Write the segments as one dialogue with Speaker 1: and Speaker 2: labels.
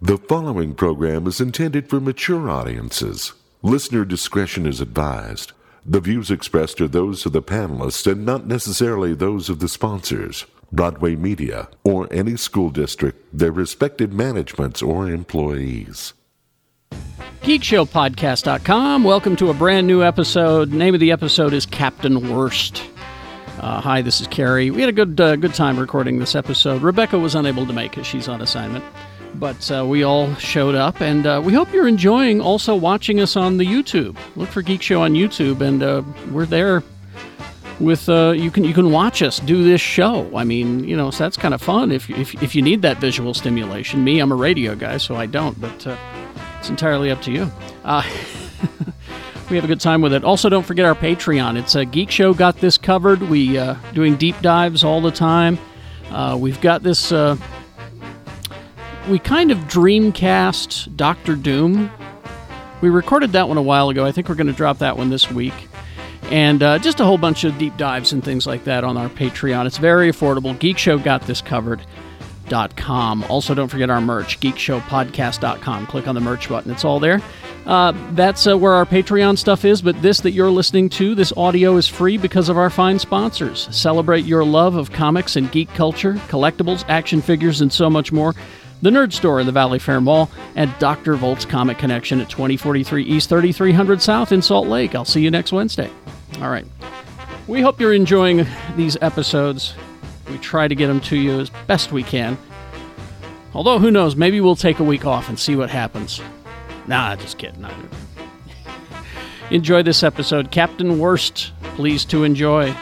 Speaker 1: The following program is intended for mature audiences. Listener discretion is advised. The views expressed are those of the panelists and not necessarily those of the sponsors, Broadway Media, or any school district, their respective managements, or employees.
Speaker 2: GeekShowPodcast.com. Welcome to a brand new episode. Name of the episode is Captain Worst. Uh, hi, this is Carrie. We had a good uh, good time recording this episode. Rebecca was unable to make it; she's on assignment. But uh, we all showed up, and uh, we hope you're enjoying also watching us on the YouTube. Look for Geek Show on YouTube, and uh, we're there with uh, you can you can watch us do this show. I mean, you know, so that's kind of fun if, if if you need that visual stimulation. Me, I'm a radio guy, so I don't, but uh, it's entirely up to you. Uh, we have a good time with it. Also, don't forget our Patreon. It's a Geek Show got this covered. We uh, doing deep dives all the time. Uh, we've got this. Uh, we kind of dreamcast Doctor Doom. We recorded that one a while ago. I think we're going to drop that one this week. And uh, just a whole bunch of deep dives and things like that on our Patreon. It's very affordable. Geek Show got this covered geekshow.com. Also, don't forget our merch, geekshowpodcast.com. Click on the merch button, it's all there. Uh, that's uh, where our Patreon stuff is, but this that you're listening to, this audio is free because of our fine sponsors. Celebrate your love of comics and geek culture, collectibles, action figures, and so much more. The Nerd Store in the Valley Fair Mall, and Dr. Volt's Comic Connection at 2043 East, 3300 South in Salt Lake. I'll see you next Wednesday. All right. We hope you're enjoying these episodes. We try to get them to you as best we can. Although, who knows, maybe we'll take a week off and see what happens. Nah, just kidding. I- enjoy this episode. Captain Worst, please to enjoy.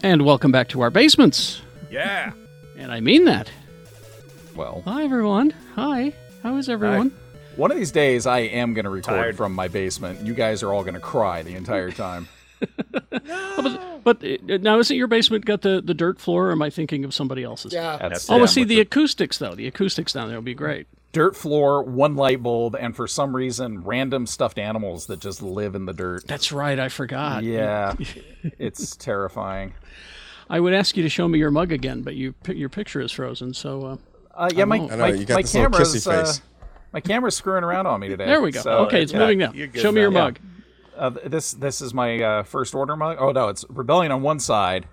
Speaker 2: And welcome back to our basements.
Speaker 3: Yeah.
Speaker 2: And I mean that.
Speaker 4: Well,
Speaker 2: Hi, everyone. Hi. How is everyone?
Speaker 4: one of these days I am going to record
Speaker 3: Tired.
Speaker 4: from my basement. You guys are all going to cry the entire time.
Speaker 2: But uh, now, isn't your basement got the, the dirt floor, or am I thinking of somebody else's?
Speaker 5: Yeah.
Speaker 3: That's
Speaker 2: Oh,
Speaker 3: yeah,
Speaker 2: well, see,
Speaker 3: with
Speaker 2: the, acoustics, though. The acoustics down there will be great.
Speaker 4: dirt floor, one light bulb, and for some reason, random stuffed animals that just live in the dirt.
Speaker 2: That's right. I forgot.
Speaker 4: Yeah, it's terrifying.
Speaker 2: I would ask you to show me your mug again, but you, pi- your picture is frozen. So uh,
Speaker 4: Uh, yeah, my
Speaker 2: won't.
Speaker 4: my,
Speaker 2: I
Speaker 5: know, you got
Speaker 4: my
Speaker 5: this little
Speaker 4: camera's
Speaker 5: kissy
Speaker 4: uh,
Speaker 5: face.
Speaker 4: my camera's screwing around on me today.
Speaker 2: there we go.
Speaker 4: So,
Speaker 2: okay, it's
Speaker 4: yeah.
Speaker 2: moving now.
Speaker 3: you're good
Speaker 2: Show me
Speaker 3: now.
Speaker 2: your
Speaker 3: Yeah.
Speaker 2: mug.
Speaker 4: Uh, th- this this is my uh, first order mug. Oh no, it's rebellion on one side.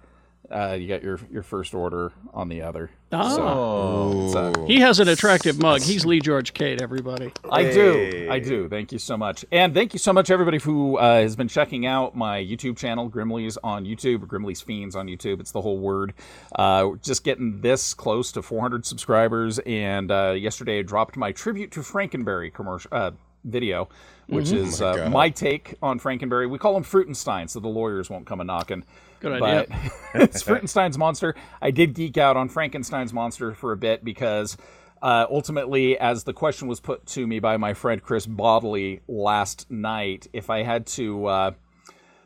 Speaker 4: Uh, you got your your first order on the other.
Speaker 2: Oh,
Speaker 4: Oh, it's, uh,
Speaker 2: he has an attractive mug. He's Lee George Cade, everybody.
Speaker 4: I do. I do. Thank you so much. And thank you so much, everybody, who uh, has been checking out my YouTube channel, Grimley's on YouTube, or Grimley's Fiends on YouTube. It's the whole word. Uh, we're just getting this close to 400 subscribers. And uh, yesterday I dropped my tribute to Frankenberry commercial. Uh, Video, which is uh, my take on Frankenberry. We call him Frutenstein, so the lawyers won't come a knocking.
Speaker 2: Good idea.
Speaker 4: But it's Frankenstein's monster. I did geek out on Frankenstein's monster for a bit because uh, ultimately, as the question was put to me by my friend Chris Bodley last night, if I had to uh,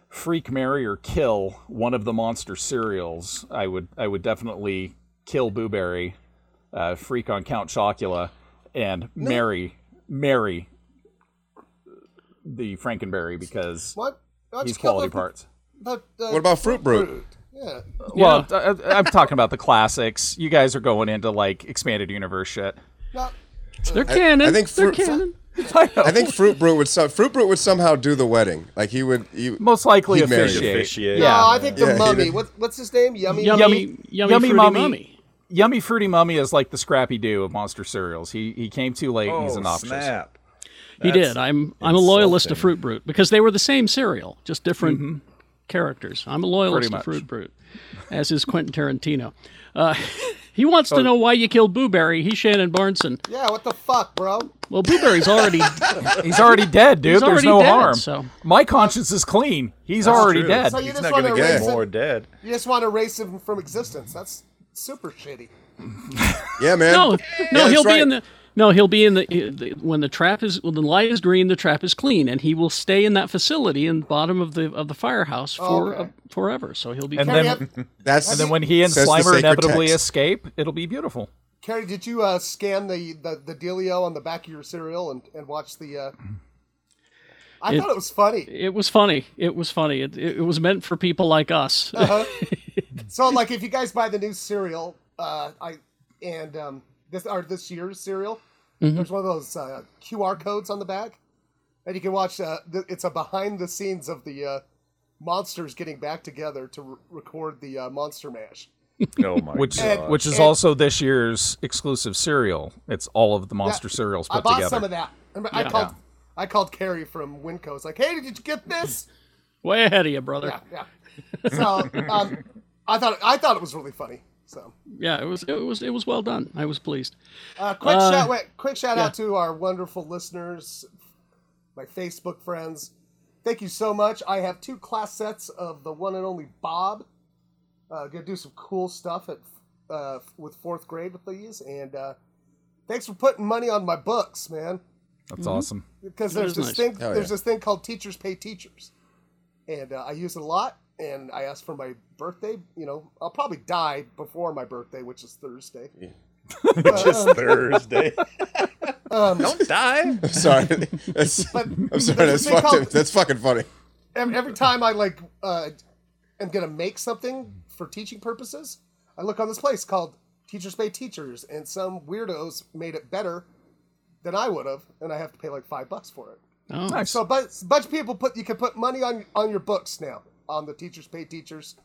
Speaker 4: freak, marry, or kill one of the monster cereals, I would I would definitely kill Booberry, uh, freak on Count Chocula, and marry marry the Frankenberry because
Speaker 5: What? That's
Speaker 4: he's quality parts.
Speaker 5: what
Speaker 6: What about Fruit Brute?
Speaker 5: Yeah.
Speaker 4: Well, I, I'm talking about the classics. You guys are going into like expanded universe shit.
Speaker 5: Not,
Speaker 2: They're canon.
Speaker 6: I think
Speaker 2: They're
Speaker 6: fruit-
Speaker 2: canon.
Speaker 6: I think Fruit Brute would some, Fruit Brute would somehow do the wedding. Like he would. He,
Speaker 4: Most likely
Speaker 6: He'd marry you.
Speaker 4: officiate.
Speaker 3: Officiate.
Speaker 4: Yeah.
Speaker 5: No, I think the
Speaker 6: Yeah, he
Speaker 5: mummy.
Speaker 6: did.
Speaker 5: What, what's his name? Yummy.
Speaker 2: Yummy, yummy, yummy,
Speaker 4: Yummy- yummy
Speaker 2: fruity
Speaker 4: mummy.
Speaker 2: mummy.
Speaker 4: Yummy Fruity Mummy is like the Scrappy Doo of monster cereals. He he came too late. and
Speaker 3: Oh,
Speaker 4: he's an
Speaker 3: snap.
Speaker 2: He
Speaker 3: That's
Speaker 2: did. I'm I'm a loyalist to
Speaker 3: insulting.
Speaker 2: Fruit Brute because they were the same cereal, just different characters. I'm a loyalist
Speaker 4: Mm-hmm. Pretty
Speaker 2: to
Speaker 4: much.
Speaker 2: Fruit Brute, as is Quentin Tarantino. Uh, he wants to know why you killed Booberry. He's Shannon Barneson.
Speaker 5: Yeah. What the fuck, bro?
Speaker 2: Well, Booberry's already
Speaker 4: He's already dead, dude.
Speaker 2: He's
Speaker 4: There's
Speaker 2: already
Speaker 4: no
Speaker 2: dead,
Speaker 4: harm.
Speaker 2: so-
Speaker 4: My conscience is clean. He's already dead.
Speaker 5: So you
Speaker 3: He's
Speaker 5: just
Speaker 3: not
Speaker 5: wanna
Speaker 3: gonna get
Speaker 6: erase
Speaker 5: it?
Speaker 3: more dead.
Speaker 5: You just want to erase him from existence. That's super shitty.
Speaker 6: yeah, man.
Speaker 2: no, no.
Speaker 6: that's
Speaker 2: he'll be
Speaker 6: right.
Speaker 2: in the. No, he'll be in the, the when the trap is when the light is green, the trap is clean, and he will stay in that facility in the bottom of the of the firehouse for
Speaker 5: Oh, okay.
Speaker 2: uh, forever. So he'll be.
Speaker 4: And
Speaker 5: Carrie,
Speaker 4: then
Speaker 5: have,
Speaker 6: That's
Speaker 4: and then when he and
Speaker 6: says the
Speaker 4: Slimer
Speaker 6: sacred
Speaker 4: inevitably
Speaker 6: text.
Speaker 4: escape, it'll be beautiful.
Speaker 5: Carrie, did you uh, scan the, the the dealio on the back of your cereal and and watch the? Uh... I
Speaker 2: It-
Speaker 5: thought it was funny.
Speaker 2: It was funny. It was funny. It, it, it was meant for people like us.
Speaker 5: Uh-huh. So like, if you guys buy the new cereal, uh, I and um, this or this year's cereal, there's one of those uh, QR codes on the back, and you can watch. Uh, th- it's a behind the scenes of the uh, monsters getting back together to re- record the uh, Monster Mash.
Speaker 3: Oh my
Speaker 4: Which
Speaker 3: god!
Speaker 4: which is
Speaker 5: and-
Speaker 4: also this year's exclusive cereal. It's all of the monster cereals put
Speaker 5: I bought
Speaker 4: together.
Speaker 5: some of that. Remember, I called. I called Carrie from Winco. It's like, hey, did you get this?
Speaker 2: Way ahead of you, brother.
Speaker 5: yeah, yeah. So um, I thought I thought it was really funny. So
Speaker 2: yeah, it was it was it was well done. I was pleased.
Speaker 5: uh, quick shout wait, quick shout out to our wonderful listeners, my Facebook friends. Thank you so much. I have two class sets of the one and only Bob. Uh, gonna do some cool stuff at uh, with fourth grade with these, and uh, thanks for putting money on my books, man.
Speaker 4: That's awesome.
Speaker 5: because there's
Speaker 2: is
Speaker 5: this
Speaker 2: nice.
Speaker 5: thing
Speaker 6: Hell
Speaker 5: there's
Speaker 6: yeah.
Speaker 5: this thing called teachers pay teachers and uh, i use it a lot and i asked for my birthday you know i'll probably die before my birthday which is thursday uh,
Speaker 3: Just Thursday. Don't die.
Speaker 6: I'm sorry. That's, I'm sorry.
Speaker 5: there's
Speaker 6: That's
Speaker 5: a thing
Speaker 6: fucking,
Speaker 5: called-
Speaker 6: that's fucking funny.
Speaker 5: every, every time i like uh, am gonna make something for teaching purposes i look on this place called teachers pay teachers and some weirdos made it better than i would have and i have to pay like five bucks for it
Speaker 2: Oh,
Speaker 5: So a bunch, bunch of people put you can put money on on your books now on the teachers pay teachers.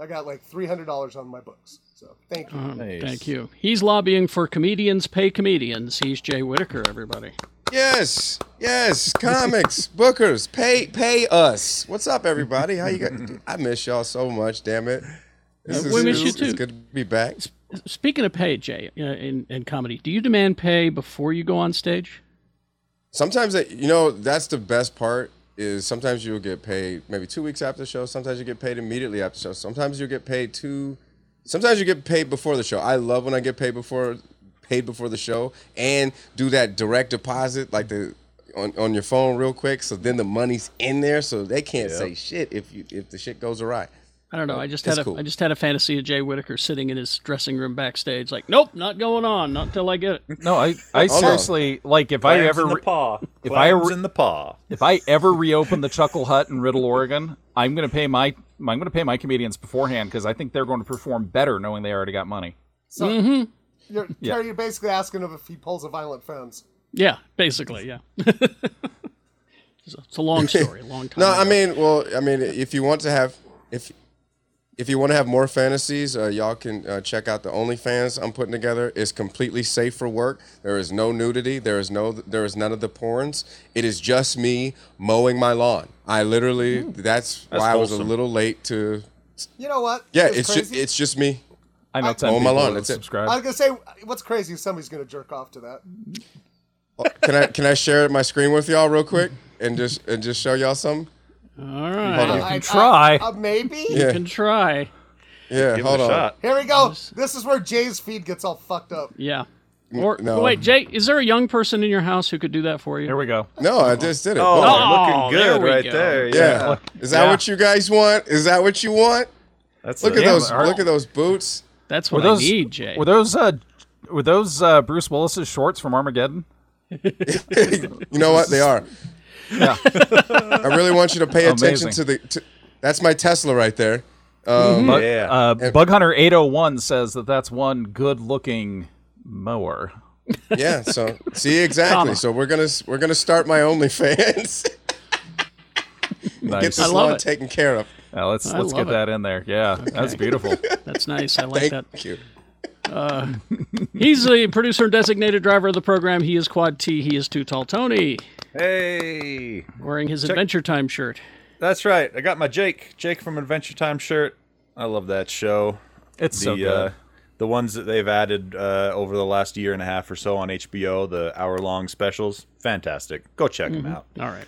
Speaker 5: I got like three hundred dollars on my books. So thank you.
Speaker 2: Thank you. He's lobbying for comedians pay comedians. He's Jay Whitaker, everybody.
Speaker 6: Yes, yes. Comics, bookers, pay pay us. What's up, everybody? How you got? I miss y'all so much. Damn it. This
Speaker 2: we miss you
Speaker 6: it's-
Speaker 2: too.
Speaker 6: It's good to be back.
Speaker 2: Speaking of pay, Jay, uh, in, in comedy, do you demand pay before you go on stage?
Speaker 6: Sometimes that you know that's the best part is sometimes you'll get paid maybe two weeks after the show. Sometimes you get paid immediately after the show. Sometimes you get paid two. Sometimes you get paid before the show. I love when I get paid before paid before the show and do that direct deposit like the on, on your phone real quick. So then the money's in there, so they can't say shit if you if the shit goes awry.
Speaker 2: I don't know. I just
Speaker 6: It's
Speaker 2: had a I
Speaker 6: cool.
Speaker 2: just had a fantasy of Jay Whitaker sitting in his dressing room backstage, like, nope, not going on, not till I get it.
Speaker 4: No, I, I
Speaker 6: Hold on.
Speaker 4: seriously like if I
Speaker 3: Clams
Speaker 4: ever
Speaker 3: in the
Speaker 4: re-
Speaker 3: paw.
Speaker 4: if I
Speaker 3: Clams
Speaker 4: re-
Speaker 3: in the paw.
Speaker 4: if I ever reopen the Chuckle Hut in Riddle, Oregon, I'm gonna pay my I'm gonna pay my comedians beforehand because I think they're going to perform better knowing they already got money.
Speaker 5: So you're, Terry, you're basically asking him if he pulls a violent fence.
Speaker 2: Yeah, basically, yeah. it's a- it's a long story, a long time.
Speaker 6: No, I
Speaker 2: ago.
Speaker 6: mean, well, I mean, if you want to have if if you want to have more fantasies, uh, y'all can uh, check out the OnlyFans I'm putting together. It's completely safe for work. There is no nudity. There is no there is none of the porns. It is just me mowing my lawn. I literally that's, why I was a
Speaker 3: Hmm. wholesome.
Speaker 6: little late to.
Speaker 5: You know what?
Speaker 6: Yeah,
Speaker 5: What's
Speaker 6: it's just
Speaker 5: crazy?
Speaker 6: it's just me.
Speaker 4: I know ten
Speaker 6: Oh, my
Speaker 4: people
Speaker 6: lord,
Speaker 4: that
Speaker 6: that's it.
Speaker 4: subscribe.
Speaker 5: I was gonna say what's crazy is somebody's gonna jerk off to that.
Speaker 6: Can I can I share my screen with y'all real quick and just and just show y'all some?
Speaker 2: all right,
Speaker 6: on.
Speaker 2: you
Speaker 6: can
Speaker 5: I- I-
Speaker 4: try.
Speaker 5: uh, maybe.
Speaker 6: Yeah.
Speaker 2: can try.
Speaker 6: Yeah,
Speaker 3: Give
Speaker 6: hold
Speaker 3: it a
Speaker 6: on.
Speaker 3: shot.
Speaker 5: Here we go. This is where Jay's feed gets all fucked up.
Speaker 2: Yeah. Or
Speaker 6: no.
Speaker 2: wait, Jay, is there a young person in your house who could do that for you?
Speaker 4: Here we go.
Speaker 6: No, I just did it.
Speaker 3: Oh,
Speaker 6: Boom.
Speaker 2: Oh,
Speaker 3: looking
Speaker 2: there
Speaker 3: good
Speaker 2: we
Speaker 3: right
Speaker 2: go.
Speaker 3: there. Yeah,
Speaker 6: Yeah. Is that
Speaker 4: Yeah.
Speaker 6: what you guys want? Is that what you want?
Speaker 3: that's
Speaker 6: Look
Speaker 3: a-
Speaker 6: at those
Speaker 4: are-
Speaker 6: look at those boots.
Speaker 2: That's
Speaker 4: Were
Speaker 2: what
Speaker 4: those
Speaker 2: I need, Jay.
Speaker 4: were those uh were those uh, Bruce Willis's shorts from Armageddon?
Speaker 6: You know what? They are.
Speaker 4: Yeah.
Speaker 6: I really want you to pay attention
Speaker 4: Amazing.
Speaker 6: to the to, That's my Tesla right there. Um,
Speaker 4: Bug,
Speaker 3: Yeah.
Speaker 4: uh, Bug Hunter 801 says that that's one good-looking mower.
Speaker 6: yeah, so see exactly.
Speaker 2: Comma.
Speaker 6: So we're going to we're going to start my OnlyFans. Get
Speaker 4: Nice.
Speaker 6: this
Speaker 2: love
Speaker 6: lawn
Speaker 2: it.
Speaker 6: taken care of.
Speaker 4: Yeah, let's
Speaker 2: I
Speaker 4: let's
Speaker 2: love
Speaker 4: get
Speaker 2: it.
Speaker 4: that in there. Yeah, that's beautiful.
Speaker 2: That's nice. I like
Speaker 6: Thank
Speaker 2: that.
Speaker 6: you.
Speaker 2: He's the producer and designated driver of the program. He is Quad T. He is Too Tall Tony,
Speaker 3: Hey,
Speaker 2: wearing his Adventure Time shirt.
Speaker 3: that's right. I got my Jake, Jake from Adventure Time shirt. I love that show.
Speaker 4: It's so
Speaker 3: the
Speaker 4: good.
Speaker 3: uh, the ones that they've added uh, over the last year and a half or so on HBO, the hour long specials, fantastic. Go check
Speaker 4: Mm-hmm.
Speaker 3: them out.
Speaker 2: All right.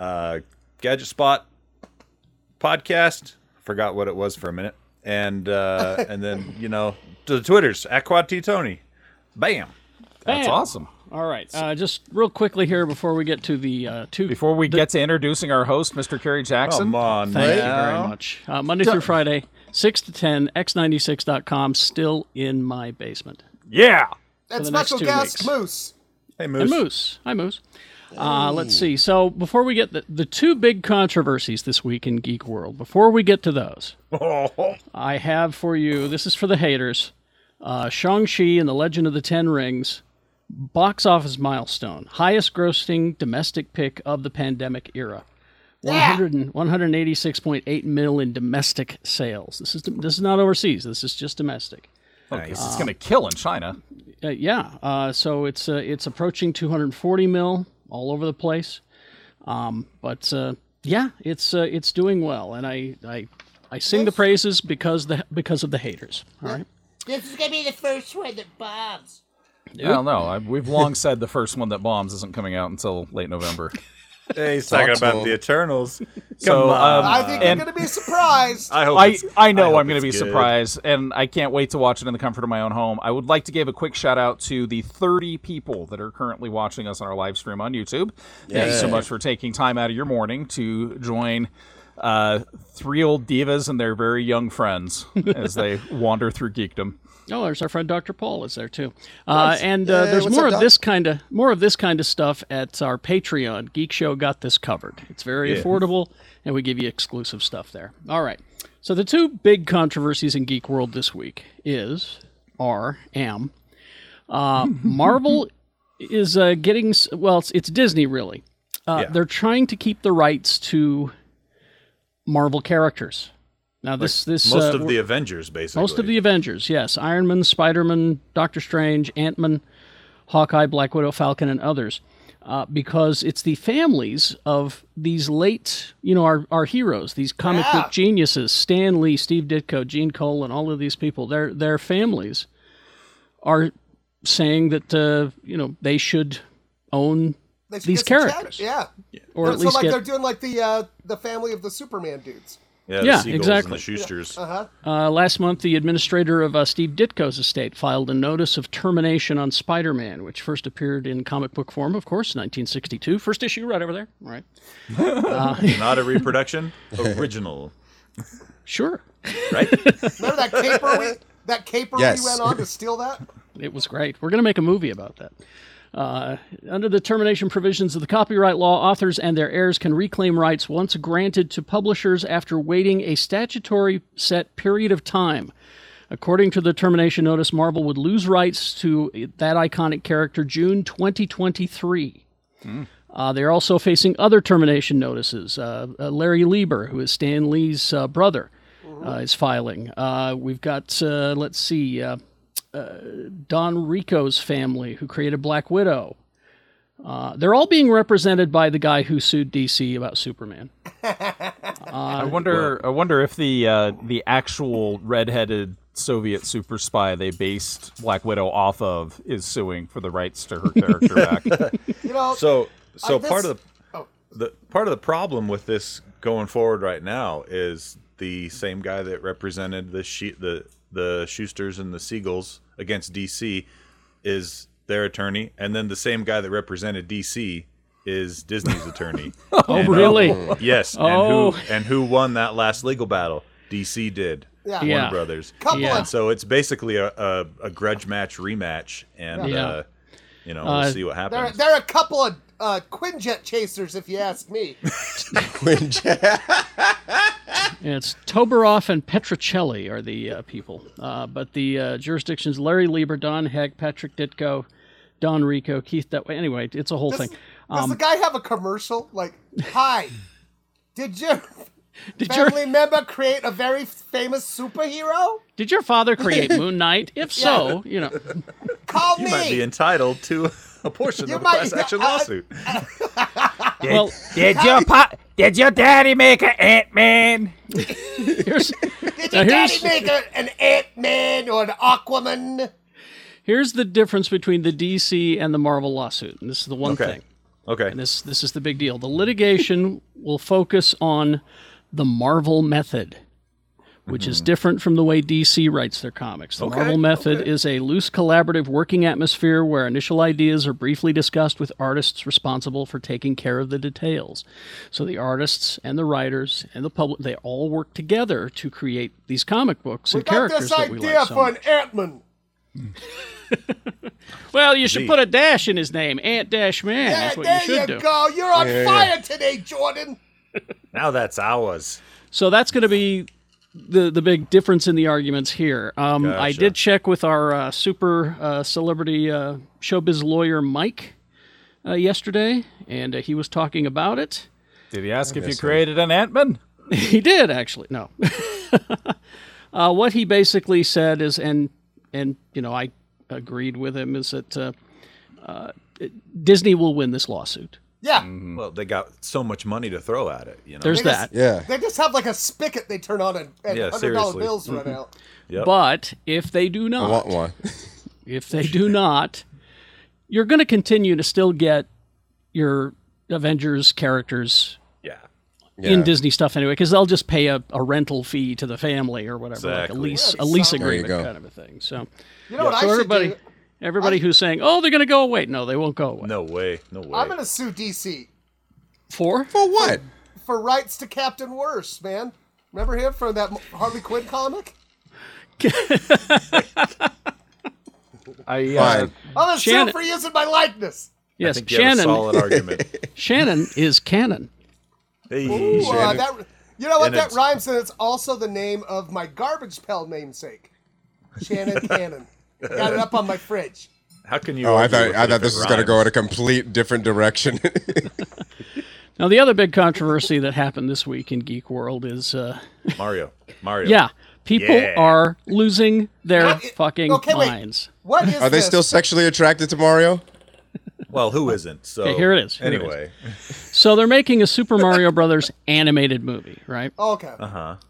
Speaker 3: Uh, Gadget Spot podcast, forgot what it was for a minute, and uh, and then you know the Twitters at Quad T Tony, bam.
Speaker 4: that's
Speaker 2: Bam.
Speaker 4: awesome.
Speaker 2: All right. Uh, just real quickly here before we get to the uh, two.
Speaker 4: Before we get to introducing our host, Mr. Kerry Jackson,
Speaker 3: Come on,
Speaker 2: Thank you
Speaker 3: man.
Speaker 2: very much. Uh, Monday through Friday, 6 to 10, x96.com, still in my basement.
Speaker 4: Yeah.
Speaker 5: And
Speaker 2: the next
Speaker 5: special
Speaker 2: two
Speaker 5: guest
Speaker 2: weeks.
Speaker 5: Moose.
Speaker 3: Hey,
Speaker 2: And
Speaker 3: Moose.
Speaker 2: Moose. Hi, Moose. Uh, let's see. So before we get the, the two big controversies this week in Geek World, before we get to those, I have for you. This is for the haters. Uh, Shang-Chi and the Legend of the Ten Rings, box office milestone, highest grossing domestic pick of the pandemic era. 100 and- 186.8 mil in domestic sales. This is this is not overseas. This is just domestic.
Speaker 4: Nice. It's gonna kill in China.
Speaker 2: Uh, yeah, uh, so it's uh, it's approaching 240 mil all over the place, um, but uh, yeah, it's uh, it's doing well, and I I, I sing the praises because the because of the haters. All right,
Speaker 7: This is gonna be the first one that bombs.
Speaker 4: I don't know. I, we've long said the first one that bombs isn't coming out until late November.
Speaker 3: Hey, he's talking
Speaker 6: Talks
Speaker 3: about
Speaker 6: old.
Speaker 3: the Eternals.
Speaker 4: so um,
Speaker 5: I think
Speaker 4: and-
Speaker 5: you're going to be surprised.
Speaker 3: I hope.
Speaker 4: I,
Speaker 3: it's-
Speaker 4: I know
Speaker 3: hope
Speaker 4: I'm going to
Speaker 3: it's
Speaker 4: be
Speaker 3: good.
Speaker 4: surprised, and I can't wait to watch it in the comfort of my own home. I would like to give a quick shout out to the 30 people that are currently watching us on our live stream on YouTube. Thank you so
Speaker 6: Yeah.
Speaker 4: much for taking time out of your morning to join uh, three old divas and their very young friends as they wander through geekdom.
Speaker 2: Oh, there's our friend Dr. Paul is there too. Uh, and uh,
Speaker 6: Hey,
Speaker 2: there's
Speaker 6: what's
Speaker 2: more
Speaker 6: up,
Speaker 2: of
Speaker 6: Doc?
Speaker 2: this kind of more of this kind of stuff at our Patreon. Geek Show got this covered. It's very affordable, and we give you exclusive stuff there. All right. So the two big controversies in geek world this week is are am uh, Marvel is uh, getting s- well. It's, it's Disney really. Uh, They're trying to keep the rights to Marvel characters. Now this this
Speaker 3: Most
Speaker 2: uh,
Speaker 3: of the Avengers, basically.
Speaker 2: most of the Avengers, yes. Iron Man, Spider Man, Doctor Strange, Ant Man, Hawkeye, Black Widow, Falcon, and others. Uh, because it's the families of these late, you know, our, our heroes, these comic book geniuses, Stan Lee, Steve Ditko, Gene Colan, all of these people, their their families are saying that uh, you know they should own
Speaker 5: They should
Speaker 2: these
Speaker 5: get some chatter.
Speaker 2: characters.
Speaker 5: Yeah.
Speaker 2: or at
Speaker 5: so
Speaker 2: least
Speaker 5: like
Speaker 2: get
Speaker 5: they're doing like the uh, the family of the Superman dudes.
Speaker 3: yeah, the
Speaker 2: Yeah,
Speaker 3: Seagulls
Speaker 2: exactly.
Speaker 3: And the Schuster's.
Speaker 2: Uh, last month, the administrator of uh, Steve Ditko's estate filed a notice of termination on Spider Man, which first appeared in comic book form, of course, 1962. First issue, right over there. All right.
Speaker 3: Not a reproduction. Original.
Speaker 2: Sure.
Speaker 3: Right?
Speaker 5: Remember that caper we that caper
Speaker 6: Yes.
Speaker 5: we went on to steal that?
Speaker 2: It was great. We're going to make a movie about that. Uh, under the termination provisions of the copyright law, authors and their heirs can reclaim rights once granted to publishers after waiting a statutory set period of time. According to the termination notice, Marvel would lose rights to that iconic character June 2023. Uh, they're also facing other termination notices. Uh, uh, Larry Lieber, who is Stan Lee's uh, brother, uh, is filing. Uh, we've got, uh, let's see, uh, Don Rico's family, who created Black Widow. Uh, they're all being represented by the guy who sued DC about Superman.
Speaker 4: I wonder. I wonder if the uh, the actual redheaded Soviet super spy they based Black Widow off of is suing for the rights to her character back.
Speaker 5: You know,
Speaker 3: So, so
Speaker 5: Uh, this-
Speaker 3: part of the,
Speaker 5: oh.
Speaker 3: the part of the problem with this going forward right now is the same guy that represented the she, the the Schuster's and the Seagulls against DC is their attorney, and then the same guy that represented DC is Disney's attorney.
Speaker 2: Oh, really?
Speaker 3: yes, and
Speaker 2: Oh.
Speaker 3: who and who won that last legal battle? DC did.
Speaker 5: Yeah.
Speaker 3: Warner
Speaker 2: Yeah.
Speaker 3: Brothers.
Speaker 5: couple
Speaker 2: Yeah.
Speaker 5: of
Speaker 3: So it's basically a, a, a grudge match rematch, and
Speaker 2: Yeah.
Speaker 3: uh, you know
Speaker 2: Uh,
Speaker 3: we'll see what
Speaker 5: they're,
Speaker 3: happens.
Speaker 5: they're a couple of uh, Quinjet chasers, if you ask me.
Speaker 6: Quinjet.
Speaker 2: It's Toberoff and Petricelli are the uh, people. Uh, but the uh, jurisdictions Larry Lieber, Don Heck, Patrick Ditko, Don Rico, Keith Detway. Anyway, it's a whole
Speaker 5: Does,
Speaker 2: thing.
Speaker 5: does the guy have a commercial? Like, hi, did your
Speaker 2: Did your,
Speaker 5: family member create a very famous superhero?
Speaker 2: did your father create Moon Knight? If so, you know.
Speaker 5: Call
Speaker 3: You
Speaker 5: me.
Speaker 3: might be entitled to a portion
Speaker 5: You
Speaker 3: of a
Speaker 5: might-
Speaker 3: class action
Speaker 5: I-
Speaker 3: lawsuit.
Speaker 2: Well,
Speaker 4: did your pop? Did your daddy make an Ant Man?
Speaker 2: here's,
Speaker 5: did
Speaker 2: Now
Speaker 5: your daddy
Speaker 2: here's-
Speaker 5: make a, an Ant Man or an Aquaman?
Speaker 2: here's the difference between the DC and the Marvel lawsuit. And this is the one
Speaker 3: Okay.
Speaker 2: thing.
Speaker 3: Okay.
Speaker 2: and this this is the big deal. The litigation will focus on the Marvel method, which is
Speaker 5: Mm-hmm.
Speaker 2: different from the way DC writes their comics. The Marvel method is a loose collaborative working atmosphere where initial ideas are briefly discussed with artists responsible for taking care of the details. So the artists and the writers and the public they all work together to create these comic books and
Speaker 5: Got
Speaker 2: characters
Speaker 5: this
Speaker 2: that we like
Speaker 5: idea
Speaker 2: so
Speaker 5: for
Speaker 2: much.
Speaker 5: an Ant Man.
Speaker 2: Well, you should
Speaker 3: Z.
Speaker 2: put a dash in his name, Ant Dash Man.
Speaker 5: Yeah,
Speaker 2: That's what you
Speaker 5: there
Speaker 2: should do.
Speaker 5: go. You're on
Speaker 6: Yeah, yeah.
Speaker 5: fire today, Jordan.
Speaker 3: Now that's ours.
Speaker 2: So that's going to be the the big difference in the arguments here. Um, I
Speaker 3: Gotcha.
Speaker 2: did check with our uh, super uh, celebrity uh, showbiz lawyer Mike uh, yesterday, and uh, he was talking about it.
Speaker 4: Did he ask if you created an Ant-Man?
Speaker 2: He did actually. No. uh, what he basically said is, and and you know, I agreed with him is that uh, uh, Disney will win this lawsuit.
Speaker 5: Yeah,
Speaker 2: Mm.
Speaker 3: Well, they got so much money to throw at it, you know.
Speaker 2: There's
Speaker 5: They
Speaker 2: that.
Speaker 5: just-
Speaker 6: Yeah.
Speaker 5: They just have like a spigot they turn on and, and
Speaker 3: Yeah,
Speaker 5: hundred dollar
Speaker 3: seriously.
Speaker 5: bills
Speaker 2: Mm-hmm.
Speaker 5: run out.
Speaker 2: But if they do
Speaker 6: I
Speaker 2: not,
Speaker 6: want one.
Speaker 2: if they do not, you're going to continue to still get your Avengers characters
Speaker 3: yeah.
Speaker 2: in
Speaker 6: Yeah.
Speaker 2: Disney stuff anyway, because they'll just pay a, a rental fee to the family or whatever, like a
Speaker 3: Exactly.
Speaker 2: lease,
Speaker 5: Yeah,
Speaker 2: a lease
Speaker 5: that'd be
Speaker 6: solid.
Speaker 2: agreement
Speaker 6: There you go.
Speaker 2: kind of a thing. So,
Speaker 5: You know what
Speaker 2: so
Speaker 5: I should
Speaker 2: everybody,
Speaker 5: do?
Speaker 2: everybody who's saying, "Oh, they're going to go away," no, they won't go away.
Speaker 3: No way. No way.
Speaker 5: I'm gonna sue DC
Speaker 2: Four?
Speaker 6: For what?
Speaker 5: for rights to Captain Worse, man. Remember him from that Harley Quinn comic?
Speaker 4: I uh,
Speaker 6: Fine.
Speaker 5: I'm gonna
Speaker 2: Shannon-
Speaker 5: sue for using my likeness.
Speaker 3: I
Speaker 2: Yes,
Speaker 3: think you have a
Speaker 2: Shannon.
Speaker 3: solid argument.
Speaker 2: Shannon is canon.
Speaker 3: Hey,
Speaker 5: Ooh, uh,
Speaker 6: Shannon.
Speaker 5: that, you know what?
Speaker 3: And
Speaker 5: That
Speaker 3: it's-
Speaker 5: rhymes, and it's also the name of my garbage pail namesake, Shannon Cannon. Got it up on my fridge.
Speaker 3: How can you?
Speaker 6: Oh, I
Speaker 3: argue
Speaker 6: thought
Speaker 3: with
Speaker 6: I
Speaker 3: it
Speaker 6: thought
Speaker 3: if
Speaker 6: this
Speaker 3: it
Speaker 6: was gonna go in
Speaker 3: rhymes?
Speaker 6: a complete different direction.
Speaker 2: Now, the other big controversy that happened this week in geek world is, uh,
Speaker 3: Mario. Mario.
Speaker 2: yeah, people
Speaker 3: Yeah.
Speaker 2: are losing their
Speaker 5: it-
Speaker 2: fucking
Speaker 5: okay, wait.
Speaker 2: minds.
Speaker 5: What is
Speaker 6: Are they
Speaker 5: this?
Speaker 6: still sexually attracted to Mario?
Speaker 3: Well, who isn't? So
Speaker 2: Okay, here it is. Here it is.
Speaker 3: anyway,
Speaker 2: So they're making a Super Mario Brothers animated movie, right?
Speaker 5: Okay.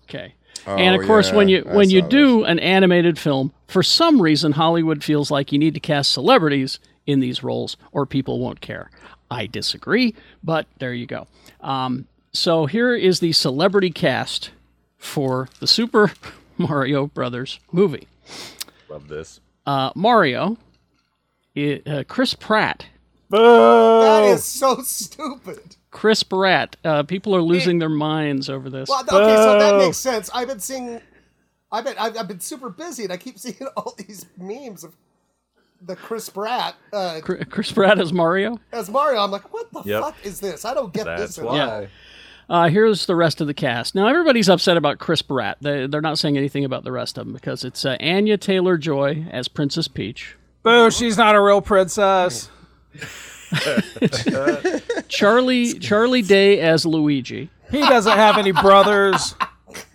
Speaker 2: Okay. and of course,
Speaker 6: yeah,
Speaker 2: when you
Speaker 6: I
Speaker 2: when you
Speaker 6: saw
Speaker 2: do an animated film, for some reason Hollywood feels like you need to cast celebrities in these roles, or people won't care. I disagree, but there you go. Um, so here is the celebrity cast for the Super Mario Brothers movie.
Speaker 3: love this.
Speaker 2: Uh, Mario, i- uh, Chris Pratt.
Speaker 5: That is so stupid.
Speaker 2: Chris Pratt. Uh, people are losing their minds over this.
Speaker 5: Well, okay, so that makes sense. I've been seeing, I've been, I've, I've been super busy, and I keep seeing all these memes of the Chris Pratt uh,
Speaker 2: Cr- Chris Pratt as Mario.
Speaker 5: as Mario. I'm like, what the
Speaker 3: Yep.
Speaker 5: fuck is this? I don't get
Speaker 3: That's
Speaker 5: this. at
Speaker 3: why.
Speaker 5: all.
Speaker 2: Yeah. Uh, here's the rest of the cast. Now, everybody's upset about Chris Pratt. They, they're not saying anything about the rest of them because it's uh, Anya Taylor Joy as Princess Peach,
Speaker 4: boo, she's not a real princess.
Speaker 2: Charlie Charlie Day as Luigi,
Speaker 4: He doesn't have any brothers.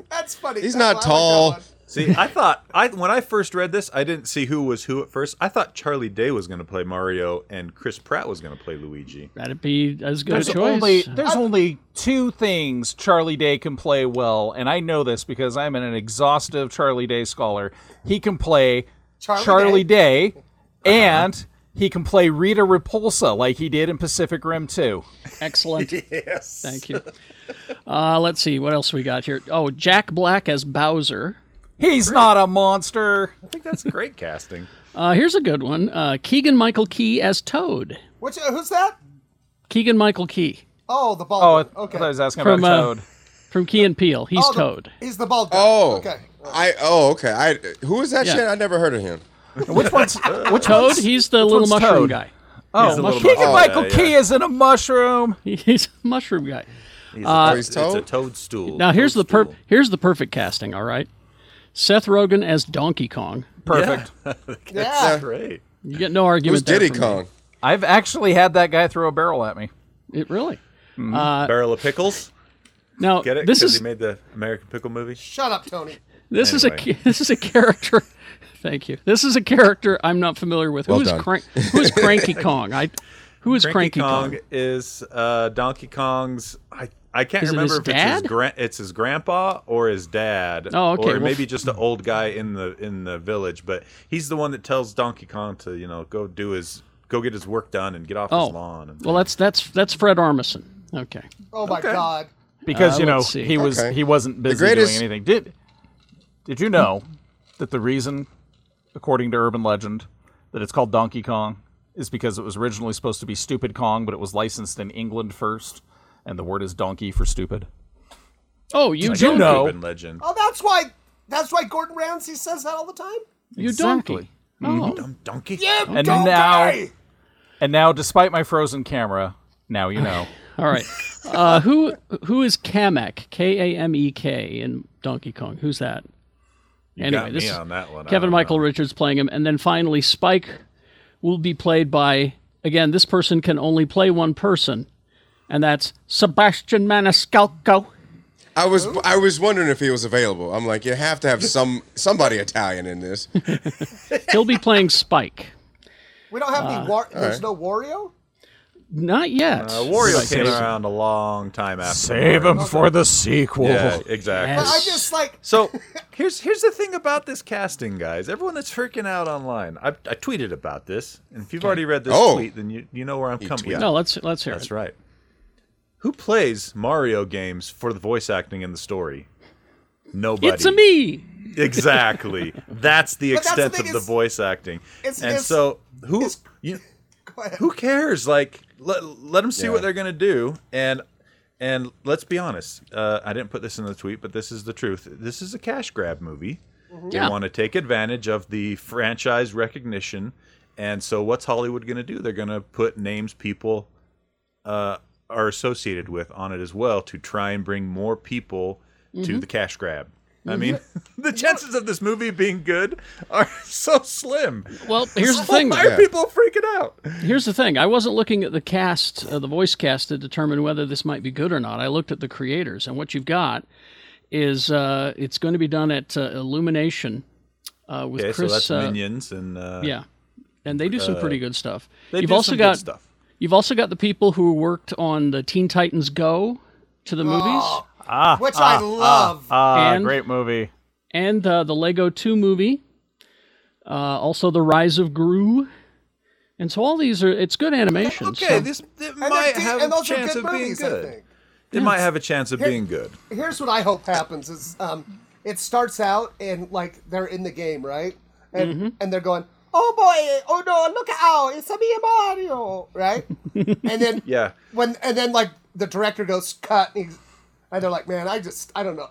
Speaker 5: That's funny.
Speaker 6: He's
Speaker 5: That's
Speaker 6: not
Speaker 5: why I like that
Speaker 6: tall.
Speaker 5: one.
Speaker 3: See, I thought I when I first read this, I didn't see who was who at first. I thought Charlie Day was going to play Mario and Chris Pratt was going to play Luigi.
Speaker 2: that'd be as good
Speaker 4: There's
Speaker 2: a choice.
Speaker 4: only there's only two things Charlie Day can play well, and I know this because I'm an exhaustive Charlie Day scholar. He can play
Speaker 5: Charlie
Speaker 4: Charlie, Day, and he can play Rita Repulsa like he did in Pacific Rim 2.
Speaker 2: Excellent. yes. Thank you. Uh, let's see what else we got here. Oh, Jack Black as Bowser.
Speaker 4: He's not a monster.
Speaker 3: I think that's great casting.
Speaker 2: Uh, here's a good one. Uh, Keegan Michael Key as Toad.
Speaker 5: Which uh, who's that?
Speaker 2: Keegan Michael Key
Speaker 5: Oh, the bald.
Speaker 4: Oh, I,
Speaker 5: one. okay.
Speaker 4: I thought I was asking
Speaker 2: From,
Speaker 4: about
Speaker 2: uh,
Speaker 4: Toad.
Speaker 2: from Key and Peele. He's
Speaker 5: Oh, the-
Speaker 2: Toad.
Speaker 5: He's the bald. guy.
Speaker 6: Oh,
Speaker 5: Okay.
Speaker 6: I oh okay. I who is that
Speaker 2: Yeah.
Speaker 6: shit? I never heard of him.
Speaker 4: Which one's which
Speaker 2: Toad.
Speaker 4: one's-
Speaker 2: He's the little
Speaker 4: one's
Speaker 2: mushroom
Speaker 4: Toad?
Speaker 2: guy.
Speaker 4: Oh,
Speaker 3: He's a little
Speaker 4: Keegan
Speaker 3: mushroom.
Speaker 4: Michael
Speaker 3: Yeah, yeah.
Speaker 4: Key is in a mushroom.
Speaker 2: He's a mushroom guy.
Speaker 6: oh, he's
Speaker 3: It's a
Speaker 6: toad.
Speaker 3: toadstool.
Speaker 2: Uh, Now here's the per-
Speaker 3: Toadstool.
Speaker 2: here's the perfect casting. All right, Seth Rogen as Donkey Kong.
Speaker 4: Perfect.
Speaker 5: Yeah.
Speaker 3: Great.
Speaker 2: You get no argument.
Speaker 6: Who's
Speaker 2: there
Speaker 6: Diddy
Speaker 2: from
Speaker 6: Kong?
Speaker 4: I've actually had that guy throw a barrel at me.
Speaker 2: me. It really.
Speaker 3: Barrel of pickles.
Speaker 2: Now
Speaker 3: Get it?
Speaker 2: Uh, this
Speaker 3: 'Cause
Speaker 2: is
Speaker 3: he made the American Pickle movie.
Speaker 5: Shut up, Tony.
Speaker 2: this is a
Speaker 3: anyway.
Speaker 2: ca- this is a character. Thank you. This is a character I'm not familiar with.
Speaker 6: Well
Speaker 2: who is
Speaker 6: done.
Speaker 2: crank? Who is Cranky Kong? I. Who is Cranky,
Speaker 3: Cranky
Speaker 2: Kong?
Speaker 3: Kong is uh, Donkey Kong's. I, I can't
Speaker 2: Is it
Speaker 3: remember
Speaker 2: his
Speaker 3: if it's his
Speaker 2: dad?
Speaker 3: gran- it's his grandpa or his dad.
Speaker 2: Oh, okay,
Speaker 3: Or
Speaker 2: well-
Speaker 3: maybe just an old guy in the in the village. But he's the one that tells Donkey Kong to you know go do his go get his work done and get off
Speaker 2: Oh,
Speaker 3: his lawn. And
Speaker 2: well that's that's that's Fred Armisen. Okay.
Speaker 5: Oh my god.
Speaker 4: because
Speaker 2: Uh,
Speaker 4: you know
Speaker 2: let's see.
Speaker 4: he was
Speaker 6: Okay.
Speaker 4: he wasn't busy
Speaker 6: greatest-
Speaker 4: doing anything. Did did you know that the reason, according to urban legend, that it's called Donkey Kong is because it was originally supposed to be Stupid Kong, but it was licensed in England first, and the word is donkey for stupid.
Speaker 2: Oh, you
Speaker 4: you
Speaker 2: donkey.
Speaker 4: know-
Speaker 3: urban legend.
Speaker 5: Oh, that's why. That's why Gordon Ramsay says that all the time.
Speaker 2: You
Speaker 4: Exactly.
Speaker 2: donkey. Oh,
Speaker 3: Dumb donkey.
Speaker 4: And now, and now, despite my frozen camera, now you know.
Speaker 2: all right. Uh, who who is Kamek? K A M E K in Donkey Kong. Who's that? anyway,
Speaker 3: Got
Speaker 2: this
Speaker 3: me
Speaker 2: is
Speaker 3: on that one. I
Speaker 2: Kevin
Speaker 3: don't
Speaker 2: Michael
Speaker 3: know.
Speaker 2: Richards playing him, and then finally Spike will be played by again. This person can only play one person, and that's Sebastian Maniscalco.
Speaker 6: I was I was wondering if he was available. I'm like, you have to have some somebody Italian in this.
Speaker 2: He'll be playing Spike.
Speaker 5: We don't have any. War- there's no Wario.
Speaker 2: Not yet.
Speaker 3: Uh, Wario
Speaker 2: Spike
Speaker 3: came
Speaker 2: is-
Speaker 3: around a long time after.
Speaker 4: him for the sequel.
Speaker 3: Yeah, exactly.
Speaker 5: But I
Speaker 2: Yes.
Speaker 5: just like
Speaker 3: So here's here's the thing about this casting, guys. Everyone that's freaking out online, I, I tweeted about this, and if you've already read this
Speaker 6: Oh.
Speaker 3: tweet, then you you know where I'm coming. Yeah,
Speaker 2: No, let's let's hear
Speaker 3: that's
Speaker 2: it.
Speaker 3: right. Who plays Mario games for the voice acting in the story? Nobody.
Speaker 2: It's a me.
Speaker 3: Exactly. That's the
Speaker 5: But that's the
Speaker 3: extent
Speaker 5: thing
Speaker 3: of the
Speaker 5: is-
Speaker 3: voice acting.
Speaker 5: it's-
Speaker 3: and
Speaker 5: it's-
Speaker 3: so who
Speaker 5: it's-
Speaker 3: you,
Speaker 5: go ahead.
Speaker 3: who cares? Like let let them see
Speaker 6: Yeah.
Speaker 3: what they're gonna do. And and let's be honest. Uh, I didn't put this in the tweet, but this is the truth. This is a cash grab movie. They
Speaker 2: Yeah.
Speaker 3: want to take advantage of the franchise recognition. And so, what's Hollywood going to do? They're going to put names people uh, are associated with on it as well to try and bring more people to
Speaker 2: Mm-hmm.
Speaker 3: the cash grab. I mean, the chances of this movie being good are so slim.
Speaker 2: Well, here's the
Speaker 3: So
Speaker 2: thing.
Speaker 3: Why are
Speaker 6: Yeah.
Speaker 3: people freaking out?
Speaker 2: Here's the thing. I wasn't looking at the cast, uh, the voice cast, to determine whether this might be good or not. I looked at the creators, and what you've got is uh, it's going to be done at uh, Illumination uh, with
Speaker 3: Okay, so
Speaker 2: Chris.
Speaker 3: that's
Speaker 2: uh,
Speaker 3: Minions and uh,
Speaker 2: yeah, and they do some pretty good stuff.
Speaker 3: They
Speaker 2: you've
Speaker 3: do
Speaker 2: also
Speaker 3: some
Speaker 2: got
Speaker 3: good stuff.
Speaker 2: you've also got the people who worked on the Teen Titans Go to the
Speaker 3: Ah.
Speaker 2: movies,
Speaker 5: which I love.
Speaker 4: Ah,
Speaker 2: And-
Speaker 4: great movie.
Speaker 2: and uh, the Lego Two movie, uh, also the Rise of Gru, and so all these are it's good animation.
Speaker 3: Okay,
Speaker 2: so-
Speaker 3: this it
Speaker 5: And,
Speaker 3: might
Speaker 5: they're de-
Speaker 3: have
Speaker 5: and
Speaker 3: a
Speaker 5: those are
Speaker 3: chance
Speaker 5: good
Speaker 3: of being
Speaker 5: movies. I
Speaker 3: good.
Speaker 5: think.
Speaker 3: It might have a chance of being good.
Speaker 5: Here's what I hope happens: is um, it starts out and like they're in the game, right? And and they're going, oh boy, oh no, look out, it's a me Mario, right? and then
Speaker 3: Yeah.
Speaker 5: when and then like the director goes cut, and, he's, and they're like, man, I just I don't know.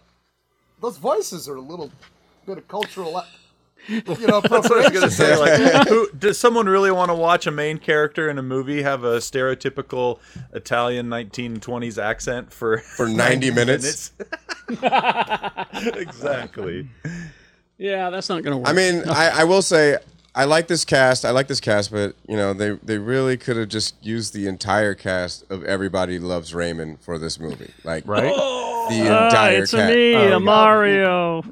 Speaker 5: Those voices are a little bit of cultural, uh, you know,
Speaker 3: That's what I was gonna
Speaker 5: appropriation.
Speaker 3: say. Like, who, does someone really want to watch a main character in a movie have a stereotypical Italian 1920s accent for
Speaker 6: For 90 minutes.
Speaker 3: minutes? exactly.
Speaker 2: yeah, that's not going to work.
Speaker 6: I mean, I, I will say I like this cast. I like this cast, but you know, they they really could have just used the entire cast of Everybody Loves Raymond for this movie. Like
Speaker 4: Right?
Speaker 6: the entire
Speaker 2: Ah, it's a
Speaker 6: cast.
Speaker 2: me, a Mario.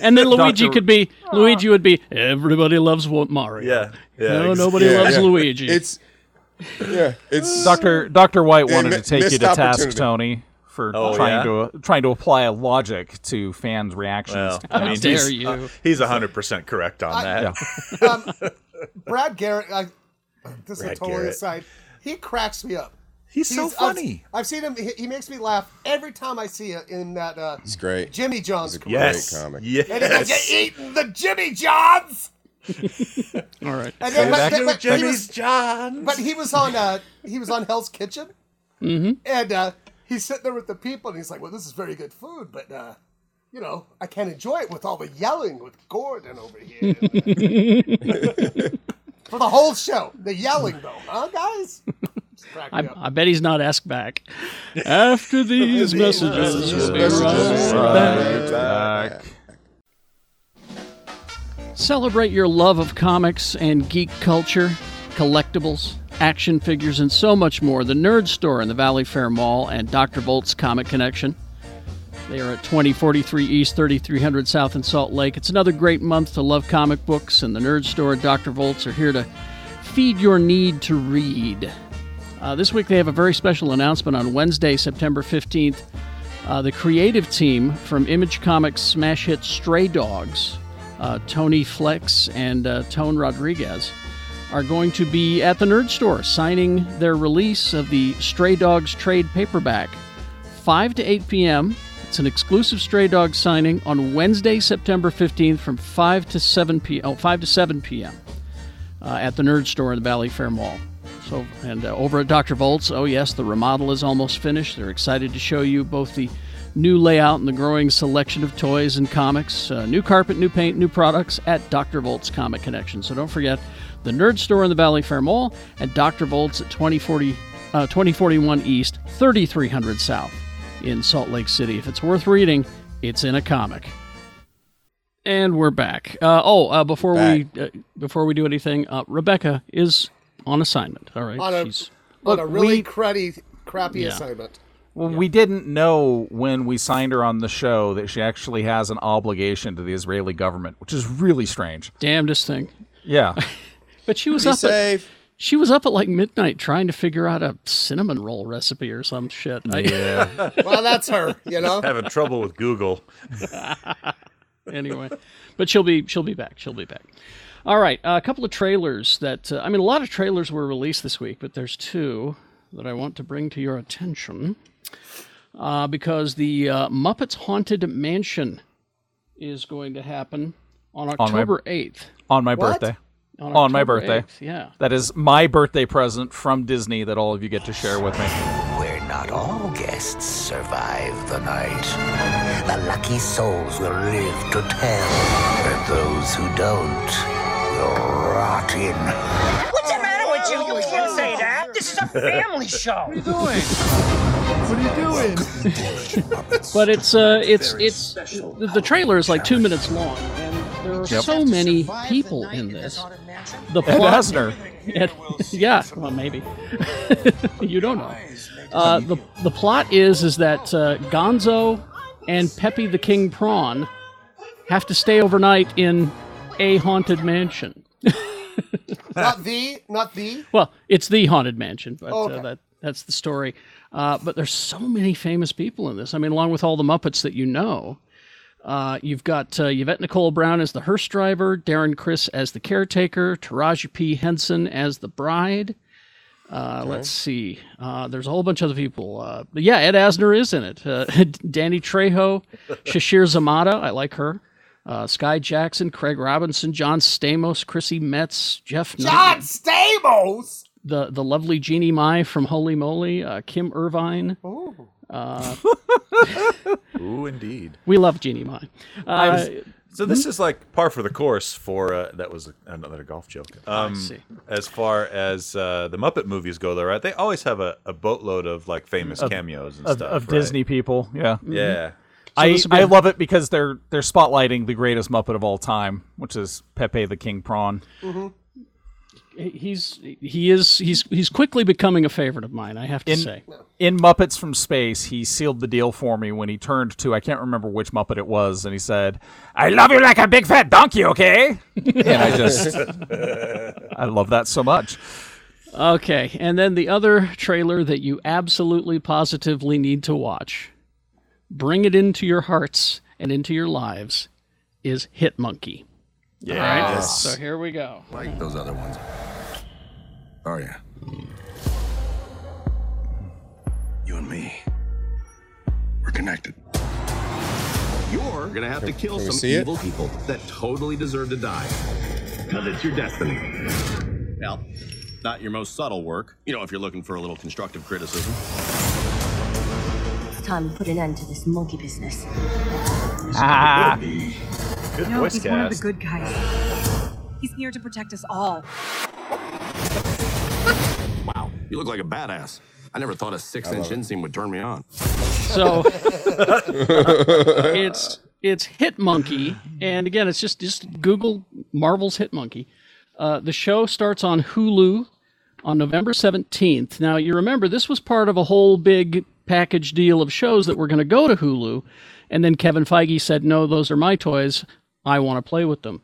Speaker 2: And then Luigi
Speaker 4: Doctor-
Speaker 2: could be
Speaker 3: Ah.
Speaker 2: Luigi would be everybody loves what Mario.
Speaker 3: Yeah. Yeah.
Speaker 2: No,
Speaker 3: ex-
Speaker 2: nobody
Speaker 6: Yeah,
Speaker 2: loves
Speaker 6: yeah.
Speaker 2: Luigi.
Speaker 6: It's yeah, it's
Speaker 4: Doctor Doctor White
Speaker 6: They
Speaker 4: wanted
Speaker 6: mi-
Speaker 4: to take you
Speaker 6: missed
Speaker 4: to task,
Speaker 6: opportunity.
Speaker 4: Tony, for
Speaker 3: Oh,
Speaker 4: trying
Speaker 3: yeah?
Speaker 4: to trying to apply a logic to fans' reactions.
Speaker 3: Well,
Speaker 4: to
Speaker 2: How
Speaker 3: I mean,
Speaker 2: dare
Speaker 3: he's,
Speaker 2: you.
Speaker 3: uh, he's 100% correct on that.
Speaker 4: Yeah.
Speaker 5: um, Brad Garrett, I, this is a
Speaker 3: Brad
Speaker 5: total
Speaker 3: Garrett.
Speaker 5: aside. He cracks me up.
Speaker 3: He's, so
Speaker 5: He's-
Speaker 3: funny.
Speaker 5: I've, I've seen him. He, he makes me laugh every time I see it in that uh,
Speaker 6: it's great.
Speaker 5: Jimmy John's.
Speaker 6: great-
Speaker 3: yes.
Speaker 6: comic.
Speaker 5: And he goes,
Speaker 3: Yes.
Speaker 5: "You eating the Jimmy Johns?"
Speaker 2: All right.
Speaker 5: And then, but,
Speaker 3: Back
Speaker 5: but-
Speaker 3: to
Speaker 5: but he
Speaker 3: Jimmy's
Speaker 5: was,
Speaker 3: John.
Speaker 5: but he was on uh, he was on Hell's Kitchen, mm-hmm. and uh, he's sitting there with the people, and he's like, "Well, this is very good food, but uh, you know, I can't enjoy it with all the yelling with Gordon over here." For the whole show, the yelling though, huh, guys? Just cracked me
Speaker 2: I,
Speaker 5: up.
Speaker 2: I bet he's not asked back. After these messages, we'll be
Speaker 6: messages.
Speaker 2: right back.
Speaker 4: Back.
Speaker 2: Celebrate your love of comics and geek culture, collectibles, action figures, and so much more. The Nerd Store in the Valley Fair Mall and Dr. Volt's Comic Connection. They are at 2043 East, 3300 South in Salt Lake. It's another great month to love comic books, and the Nerd Store and Dr. Volt's are here to feed your need to read. Uh, this week they have a very special announcement on Wednesday, September 15th. Uh, the creative team from Image Comics smash hit Stray Dogs, uh, Tony Flex and uh, Tone Rodriguez, are going to be at the Nerd Store signing their release of the Stray Dogs trade paperback. 5 to 8 p.m. It's an exclusive Stray Dogs signing on Wednesday, September 15th from 5 to 7 p.m. Oh, 5 to 7 p.m. Uh, at the Nerd Store in the Valley Fair Mall. So, and uh, over at Dr. Volt's, oh yes, the remodel is almost finished. They're excited to show you both the new layout and the growing selection of toys and comics, uh, new carpet, new paint, new products at Dr. Volt's Comic Connection. So don't forget the Nerd Store in the Valley Fair Mall and Dr. Volt's at 2040, uh, 2041 East, 3300 South in Salt Lake City. If it's worth reading, it's in a comic. And we're back. Uh, oh, uh, before we uh, before we do anything, uh, Rebecca is on assignment. All right,
Speaker 5: On a-
Speaker 2: she's
Speaker 5: on a really
Speaker 4: we-
Speaker 5: cruddy, crappy
Speaker 2: Yeah.
Speaker 5: assignment.
Speaker 4: Well, we didn't know when we signed her on the show that she actually has an obligation to the Israeli government, which is really strange.
Speaker 2: damnedest thing.
Speaker 4: Yeah.
Speaker 2: But she was
Speaker 6: Be
Speaker 2: up. At,
Speaker 6: safe.
Speaker 2: she was up at like midnight trying to figure out a cinnamon roll recipe or some shit. I-
Speaker 5: Well, that's her, you know?
Speaker 3: Having trouble with Google.
Speaker 2: anyway, but she'll be she'll be back. She'll be back. All right, uh, a couple of trailers that uh, I mean, a lot of trailers were released this week, but there's two that I want to bring to your attention uh, because the uh, Muppets Haunted Mansion is going to happen on
Speaker 4: my-
Speaker 2: October eighth.
Speaker 4: on my
Speaker 5: What?
Speaker 4: birthday. On my
Speaker 2: October
Speaker 4: birthday.
Speaker 2: 8th, yeah.
Speaker 4: That is my birthday present from Disney that all of you get to share with me.
Speaker 8: where not all guests survive the night. The lucky souls will live to tell, but those who don't will rot in.
Speaker 9: What's the matter with you? You can't say that. This is a family show.
Speaker 2: But it's uh, it's it's the the trailer is like two minutes long, and there are so many people in this. The
Speaker 4: Ed
Speaker 2: plot
Speaker 4: Asner.
Speaker 2: It- yeah, well, maybe. you don't know. Uh, the, the plot is is that uh, Gonzo and Peppy the King Prawn have to stay overnight in a haunted mansion.
Speaker 5: not the, not the.
Speaker 2: Well, it's the haunted mansion, but uh,
Speaker 5: Okay.
Speaker 2: that that's the story. Uh, but there's so many famous people in this. I mean, along with all the Muppets that you know, uh, you've got uh, Yvette Nicole Brown as the hearse driver, Darren Chris as the caretaker, Taraji P. Henson as the bride. Uh, Let's see. Uh, there's a whole bunch of other people. Uh, but yeah, Ed Asner is in it. Uh, Danny Trejo, Shashir Zamata. I like her. Uh, Sky Jackson, Craig Robinson, John Stamos, Chrissy Metz, Jeff Knight
Speaker 5: God, Stamos!
Speaker 2: the the lovely Jeannie Mai from Holy Moly, uh, Kim Irvine.
Speaker 3: Ooh, indeed.
Speaker 2: We love Jeannie Mai. Uh,
Speaker 3: So this is like par for the course for uh, that was another golf joke. Um,
Speaker 2: see.
Speaker 3: As far as uh, the Muppet movies go, though, right? They always have a, a boatload of like famous cameos and
Speaker 4: Of,
Speaker 3: stuff
Speaker 4: of
Speaker 3: right?
Speaker 4: Disney people. Yeah.
Speaker 2: Hmm?
Speaker 3: Yeah,
Speaker 4: I,
Speaker 2: this will be
Speaker 4: I
Speaker 2: a-
Speaker 4: love it because they're they're spotlighting the greatest Muppet of all time, which is Pepe the King Prawn.
Speaker 2: he's he is he's he's quickly becoming a favorite of mine. I have to say.
Speaker 4: in Muppets from Space, he sealed the deal for me when he turned to I can't remember which Muppet it was, and he said, "I love you like a big fat donkey, okay?" and I just, I love that so much.
Speaker 2: Okay, and then the other trailer that you absolutely positively need to watch, bring it into your hearts and into your lives, is Hit Monkey. Yeah. So here we go.
Speaker 8: Like those other ones. Oh, yeah. You and me, we're connected.
Speaker 10: You're gonna have to kill
Speaker 6: Can we
Speaker 10: some
Speaker 6: see it?
Speaker 10: evil people that totally deserve to die. Now that's your destiny. Well, not your most subtle work. You know, if you're looking for a little constructive criticism.
Speaker 11: It's time to put an end to this monkey business.
Speaker 4: Ah,
Speaker 3: good
Speaker 11: No,
Speaker 3: voice
Speaker 11: he's one of the
Speaker 3: cast.
Speaker 11: good guys. He's here to protect us all.
Speaker 10: Wow, you look like a badass. I never thought a six-inch inseam would turn me on.
Speaker 2: So it's it's Hit Monkey, and again, it's just just Google Marvel's Hit Monkey. Uh, the show starts on Hulu on November seventeenth. Now you remember this was part of a whole big package deal of shows that were going to go to Hulu, and then Kevin Feige said, "No, those are my toys. I want to play with them."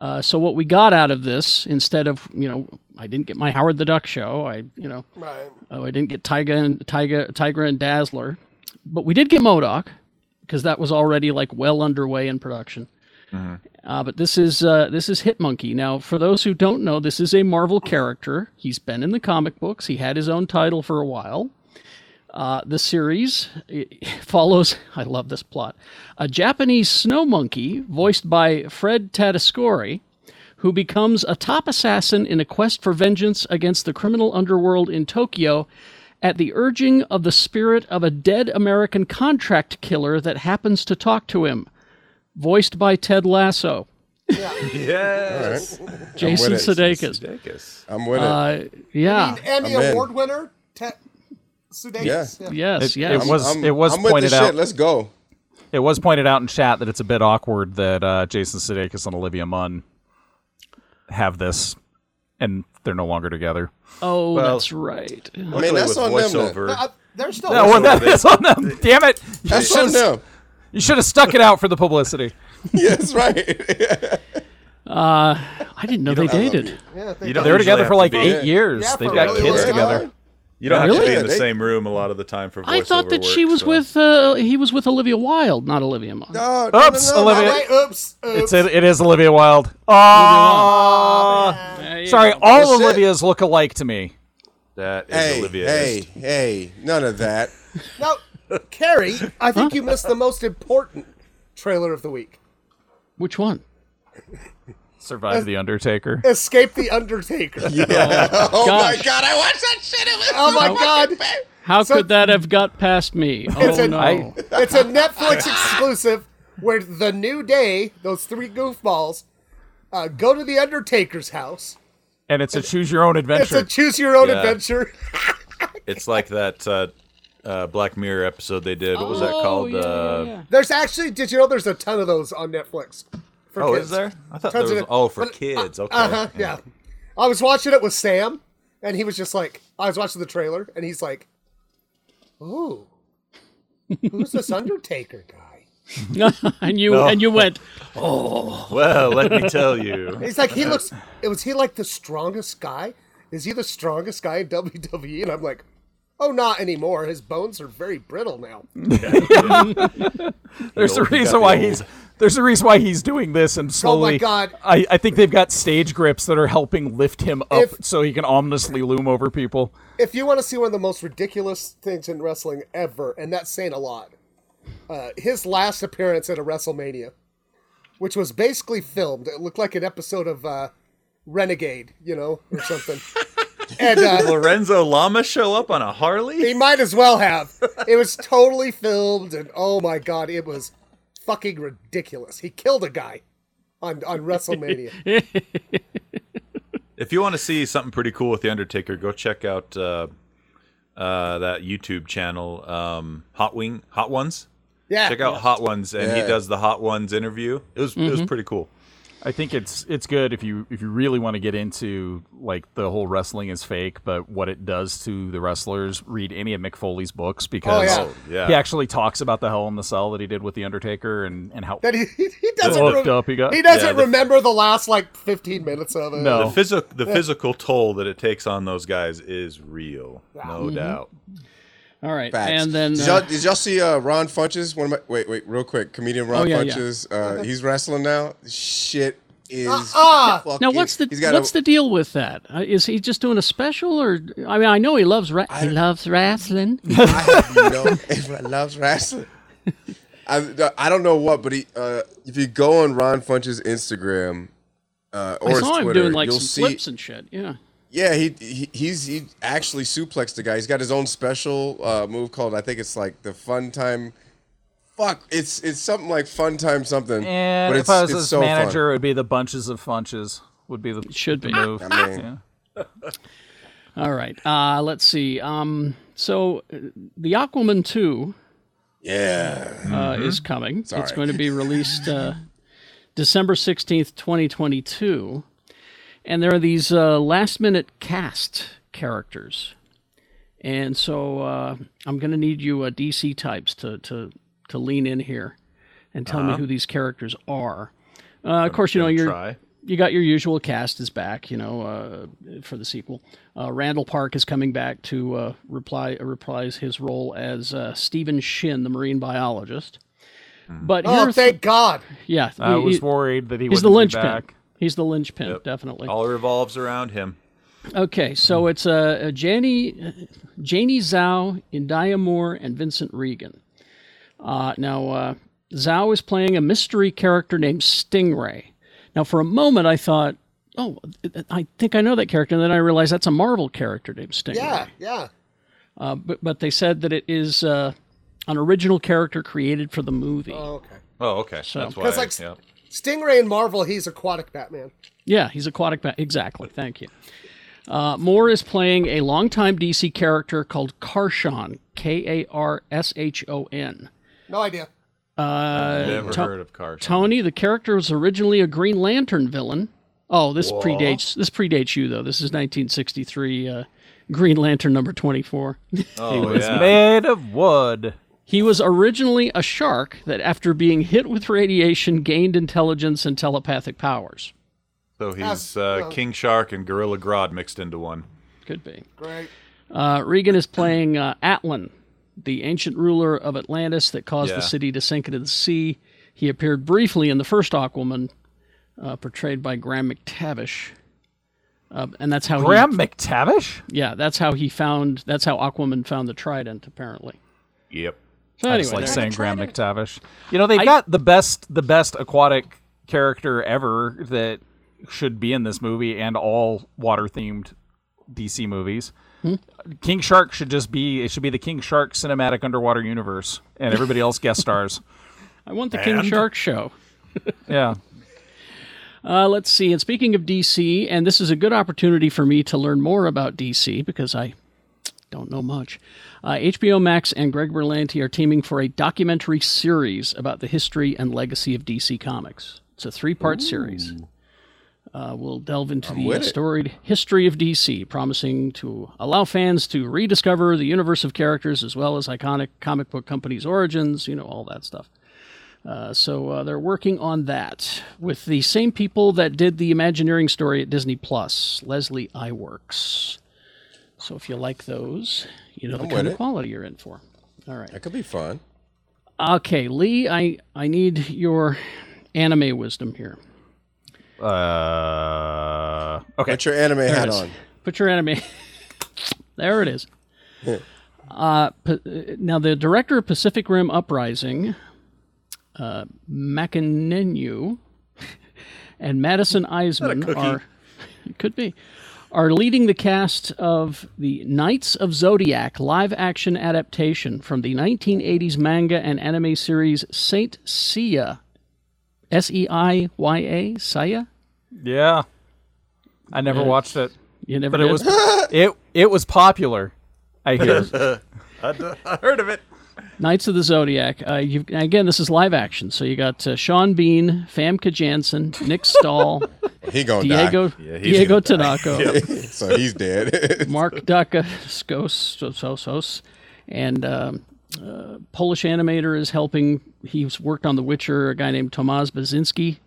Speaker 2: Uh, so what we got out of this, instead of you know, I didn't get my Howard the Duck show. I you know.
Speaker 5: Right.
Speaker 2: Oh, I didn't get Tyga and Tyga, Tigra and Dazzler, but we did get Modoc because that was already like well underway in production. Uh, but this is uh, this is Hit Monkey. Now, for those who don't know, this is a Marvel character. He's been in the comic books. He had his own title for a while. Uh, the series eh, follows. I love this plot. A Japanese snow monkey, voiced by Fred Tatasciore, who becomes a top assassin in a quest for vengeance against the criminal underworld in Tokyo at the urging of the spirit of a dead American contract killer that happens to talk to him, voiced by Ted Lasso.
Speaker 3: Yes.
Speaker 2: Jason Sudeikis.
Speaker 6: I'm with it.
Speaker 2: Uh, yeah.
Speaker 5: I mean, Emmy
Speaker 6: I'm in.
Speaker 5: Award winner, Te- Sudeikis.
Speaker 6: Yeah.
Speaker 2: Yes,
Speaker 4: It-
Speaker 2: yes.
Speaker 4: It was
Speaker 6: I'm-
Speaker 4: it was
Speaker 6: I'm with the
Speaker 4: pointed
Speaker 6: shit.
Speaker 4: out.
Speaker 6: Let's go.
Speaker 4: It was pointed out in chat that it's a bit awkward that uh, Jason Sudeikis and Olivia Munn have this, and they're no longer together.
Speaker 2: Oh,
Speaker 3: Well,
Speaker 2: that's right.
Speaker 6: I mean, that's on them. then.
Speaker 5: But I- there's no.
Speaker 4: No, well, that is on them. Damn it! You
Speaker 6: That's on
Speaker 4: should have
Speaker 6: them.
Speaker 4: you should have stuck it out for the publicity.
Speaker 6: Yeah, that's right.
Speaker 2: I didn't know they
Speaker 6: love
Speaker 2: dated.
Speaker 6: you.
Speaker 5: yeah,
Speaker 3: You
Speaker 5: they,
Speaker 3: don't
Speaker 4: They were
Speaker 3: usually
Speaker 4: together
Speaker 3: have
Speaker 4: for
Speaker 3: to
Speaker 4: like
Speaker 3: be-
Speaker 4: eight years.
Speaker 5: Yeah,
Speaker 4: They've
Speaker 5: for
Speaker 4: got
Speaker 5: really
Speaker 4: kids
Speaker 5: long
Speaker 4: together.
Speaker 5: time.
Speaker 3: You don't have to be
Speaker 6: Really?
Speaker 3: in the
Speaker 6: They-
Speaker 3: same room a lot of the time for voiceover
Speaker 2: I thought that she
Speaker 3: work,
Speaker 2: was
Speaker 3: so-
Speaker 2: with uh, he was with Olivia Wilde, not Olivia Munn.
Speaker 6: Oh, No, no,
Speaker 4: Oops,
Speaker 6: no, no,
Speaker 4: Olivia.
Speaker 6: no,
Speaker 5: Wait, oops,
Speaker 4: It's
Speaker 5: oops.
Speaker 4: it is Olivia Wilde. Oh,
Speaker 2: Ah.
Speaker 5: Ah.
Speaker 2: There you
Speaker 4: sorry.
Speaker 2: go.
Speaker 4: All
Speaker 6: That's it.
Speaker 4: Olivias look alike to me.
Speaker 3: That is
Speaker 6: Hey,
Speaker 3: Olivia.
Speaker 6: hey,
Speaker 3: Ist.
Speaker 6: hey! None of that.
Speaker 5: Now, Carrie, I think you missed the most important trailer of the week.
Speaker 2: Which one?
Speaker 4: Survive the Undertaker.
Speaker 5: Escape the Undertaker.
Speaker 6: Oh
Speaker 2: Gosh.
Speaker 6: my god! I watched that shit. It was
Speaker 5: Oh my god.
Speaker 2: How
Speaker 5: So-
Speaker 2: could that have got past me?
Speaker 5: It's
Speaker 2: Oh
Speaker 5: a-
Speaker 2: no!
Speaker 4: I-
Speaker 5: It's a Netflix exclusive where the new day, those three goofballs, uh, go to the Undertaker's house.
Speaker 4: and it's a choose your own
Speaker 5: It's
Speaker 4: adventure.
Speaker 5: a choose your own
Speaker 3: Yeah.
Speaker 5: adventure.
Speaker 3: It's like that uh, uh, Black Mirror episode they did. What was that
Speaker 2: Oh,
Speaker 3: called?
Speaker 2: yeah,
Speaker 3: uh,
Speaker 2: yeah, yeah.
Speaker 5: There's actually, did you know there's a ton of those on Netflix? For
Speaker 3: Oh,
Speaker 5: kids.
Speaker 3: is there? I thought
Speaker 5: Tons
Speaker 3: there
Speaker 5: of
Speaker 3: was.
Speaker 5: it.
Speaker 3: Oh, for
Speaker 5: But, uh,
Speaker 3: kids. Okay.
Speaker 5: Uh-huh, yeah. I was watching it with Sam, and he was just like, I was watching the trailer, and he's like, "Ooh, who's this Undertaker guy?"
Speaker 2: and you and you went.
Speaker 3: Well, let me tell you.
Speaker 5: He's like, "He looks. It was he like the strongest guy? Is he the strongest guy in WWE?" And I'm like, "Oh, not anymore. His bones are very brittle now."
Speaker 4: There's a
Speaker 3: Old-
Speaker 4: reason why he's there's a reason why he's doing this and slowly.
Speaker 5: Oh God.
Speaker 4: I, I think they've got stage grips that are helping lift him up
Speaker 5: If-
Speaker 4: so he can ominously loom over people.
Speaker 5: If you want to see one of the most ridiculous things in wrestling ever, and that's saying a lot, uh, his last appearance at a WrestleMania, which was basically filmed, it looked like an episode of uh, Renegade, you know, or something. and uh,
Speaker 3: Lorenzo Lama show up on a Harley.
Speaker 5: He might as well have. It was totally filmed, and oh my god, it was fucking ridiculous. He killed a guy on on WrestleMania.
Speaker 3: If you want to see something pretty cool with the Undertaker, go check out uh, uh, that YouTube channel, um, Hot Wing Hot Ones.
Speaker 5: Yeah,
Speaker 3: Check out Hot Ones, and he
Speaker 6: Yeah.
Speaker 3: does the Hot Ones interview. It was it was
Speaker 2: Mm-hmm.
Speaker 3: pretty cool.
Speaker 4: I think it's it's good if you if you really want to get into like the whole wrestling is fake, but what it does to the wrestlers. Read any of Mick Foley's books because
Speaker 5: yeah.
Speaker 3: Oh, yeah.
Speaker 4: he actually talks about the Hell in the Cell that he did with the Undertaker and and how
Speaker 5: That he, he doesn't
Speaker 4: fucked
Speaker 5: rem-
Speaker 4: up he got.
Speaker 5: he doesn't
Speaker 3: Yeah, the-
Speaker 5: remember the last like fifteen minutes of it.
Speaker 4: No.
Speaker 3: The physical the physical toll that it takes on those guys is real, no
Speaker 2: Mm-hmm.
Speaker 3: doubt.
Speaker 2: All right,
Speaker 6: Facts.
Speaker 2: and then
Speaker 6: did
Speaker 2: uh,
Speaker 6: y'all, did y'all see uh, Ron Funches? One of my wait, wait, real quick, comedian Ron
Speaker 2: Oh, yeah, yeah.
Speaker 6: Funches. Uh, he's wrestling now. Shit is
Speaker 5: ah.
Speaker 6: fucking-
Speaker 2: now what's the
Speaker 6: he's got
Speaker 2: what's
Speaker 6: a,
Speaker 2: the deal with that? Uh, Is he just doing a special, or I mean, I know he loves ra- he loves wrestling.
Speaker 6: I hope you know everyone loves wrestling. I, I don't know what, but he uh, if you go on Ron Funches' Instagram uh, or
Speaker 2: I
Speaker 6: his
Speaker 2: saw him
Speaker 6: Twitter,
Speaker 2: doing like
Speaker 6: you'll
Speaker 2: some
Speaker 6: see
Speaker 2: flips and shit. Yeah.
Speaker 6: Yeah, he, he he's he actually suplexed the guy. He's got his own special uh, move called I think it's like the fun time. Fuck, it's it's something like fun time something.
Speaker 4: And
Speaker 6: but
Speaker 4: if
Speaker 6: it's,
Speaker 4: I was
Speaker 6: it's
Speaker 4: his
Speaker 6: so fun.
Speaker 4: manager, it would be the bunches of funches. Would be the
Speaker 2: should
Speaker 4: the
Speaker 2: be.
Speaker 4: move.
Speaker 6: I mean-
Speaker 4: Yeah.
Speaker 2: All right. Uh, let's see. Um, so uh, the Aquaman two
Speaker 6: yeah,
Speaker 2: uh, is coming. It's
Speaker 6: Sorry.
Speaker 2: going to be released uh, December sixteenth, twenty twenty two, and there are these uh, last minute cast characters, and so uh, I'm going to need you uh, DC types to to to lean in here and tell me who these characters are. Uh, of course, you know you're
Speaker 3: Try.
Speaker 2: you got your usual cast is back, you know, uh, for the sequel. Uh, Randall Park is coming back to uh, reply uh, reprise his role as uh, Stephen Shin, the marine biologist. But here
Speaker 5: Oh,
Speaker 2: are
Speaker 5: thank God!
Speaker 2: th- yeah,
Speaker 4: I
Speaker 2: he-
Speaker 4: was
Speaker 2: he-
Speaker 4: worried Hmm. that he
Speaker 2: he's
Speaker 4: was
Speaker 2: the
Speaker 4: be
Speaker 2: linchpin.
Speaker 4: back.
Speaker 2: He's the linchpin, definitely.
Speaker 3: All revolves around him.
Speaker 2: Okay, so it's uh, Janie, Janie Zhao, India Moore, and Vincent Regan. Uh, now, uh, Zhao is playing a mystery character named Stingray. Now, for a moment, I thought, oh, I think I know that character. And then I realized that's a Marvel character named Stingray.
Speaker 5: Yeah, yeah.
Speaker 2: Uh, but, but they said that it is uh, an original character created for the movie.
Speaker 5: Oh, okay.
Speaker 3: Oh, okay. That's why.
Speaker 5: Because, like,
Speaker 3: yeah.
Speaker 5: Stingray in Marvel, he's aquatic Batman.
Speaker 2: Yeah, he's aquatic bat. Exactly. Thank you. Uh, Moore is playing a longtime DC character called Karshon, K A R S H O N.
Speaker 5: No idea.
Speaker 2: Uh,
Speaker 3: Never
Speaker 2: To-
Speaker 3: heard of Carson.
Speaker 2: Tony, the character was originally a Green Lantern villain. Oh, this
Speaker 3: Wha-
Speaker 2: predates this predates you though. This is 1963 uh, Green Lantern number 24.
Speaker 3: Oh,
Speaker 4: He was made of wood.
Speaker 2: He was originally a shark that, after being hit with radiation, gained intelligence and telepathic powers.
Speaker 3: So he's
Speaker 5: As-
Speaker 3: uh,
Speaker 5: well-
Speaker 3: King Shark and Gorilla Grodd mixed into one.
Speaker 2: Could be.
Speaker 5: Great.
Speaker 2: Uh, Regan is playing uh, Atlan, the ancient ruler of Atlantis that caused
Speaker 3: Yeah.
Speaker 2: the city to sink into the sea. He appeared briefly in the first Aquaman, uh, portrayed by Graham McTavish. Uh, and that's how he,
Speaker 4: Graham McTavish?
Speaker 2: Yeah, that's how he found. That's how Aquaman found the trident, apparently.
Speaker 3: Yep.
Speaker 2: So
Speaker 4: I
Speaker 2: anyway,
Speaker 4: just like
Speaker 2: there-
Speaker 4: saying Graham McTavish. You know, they've
Speaker 2: I-
Speaker 4: got the best the best aquatic character ever that should be in this movie and all water themed DC movies.
Speaker 2: Hmm?
Speaker 4: King Shark should just be it should be the King Shark cinematic underwater universe and everybody else guest stars.
Speaker 2: I want the King Shark show.
Speaker 4: Yeah.
Speaker 2: Uh, let's see. And speaking of DC, and this is a good opportunity for me to learn more about DC because I don't know much. Uh, HBO Max and Greg Berlanti are teaming for a documentary series about the history and legacy of DC Comics. It's a three-part series. Uh, we'll delve into the
Speaker 6: with it.
Speaker 2: storied history of DC, promising to allow fans to rediscover the universe of characters as well as iconic comic book companies' origins. You know all that stuff. Uh, so uh, they're working on that with the same people that did the Imagineering story at Disney Plus, Leslie Iwerks. So if you like those, you know
Speaker 6: I'm
Speaker 2: the kind
Speaker 6: with
Speaker 2: of
Speaker 6: it.
Speaker 2: quality you're in for. All right.
Speaker 6: That could be fun.
Speaker 2: Okay, Lee, I, I need your anime wisdom here.
Speaker 4: Uh okay.
Speaker 6: Put your anime hat
Speaker 2: is.
Speaker 6: on.
Speaker 2: Put your anime. there it is. Uh, pa- uh, now, the director of Pacific Rim Uprising, uh, Makinenu, and Madison Eisman are it could be are leading the cast of the Knights of Zodiac live action adaptation from the 1980s manga and anime series Saint Seiya. S E I Y A, Saya?
Speaker 4: Yeah. I never watched it.
Speaker 2: You never
Speaker 4: But it
Speaker 2: did?
Speaker 4: was it it was popular. I hear.
Speaker 3: I heard of it.
Speaker 2: Knights of the Zodiac. Uh, you've, and again, this is live action, so you got uh, Sean Bean, Famke Janssen, Nick Stahl,
Speaker 6: He gonna
Speaker 2: Diego
Speaker 3: he's
Speaker 2: Diego Tanaka,
Speaker 6: die. so he's dead.
Speaker 2: Mark Dacascos, and um, uh, Polish animator is helping. He's worked on The Witcher. A guy named Tomasz Bazinski.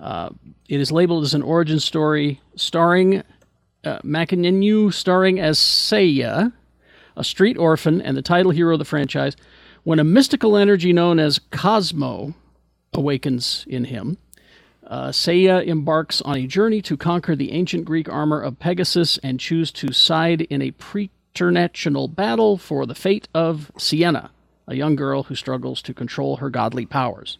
Speaker 2: Uh, it is labeled as an origin story, starring uh, Makinenu, starring as Seiya, a street orphan and the title hero of the franchise, when a mystical energy known as Cosmo awakens in him. Uh, Seiya embarks on a journey to conquer the ancient Greek armor of Pegasus and choose to side in a preternatural battle for the fate of Sienna, a young girl who struggles to control her godly powers.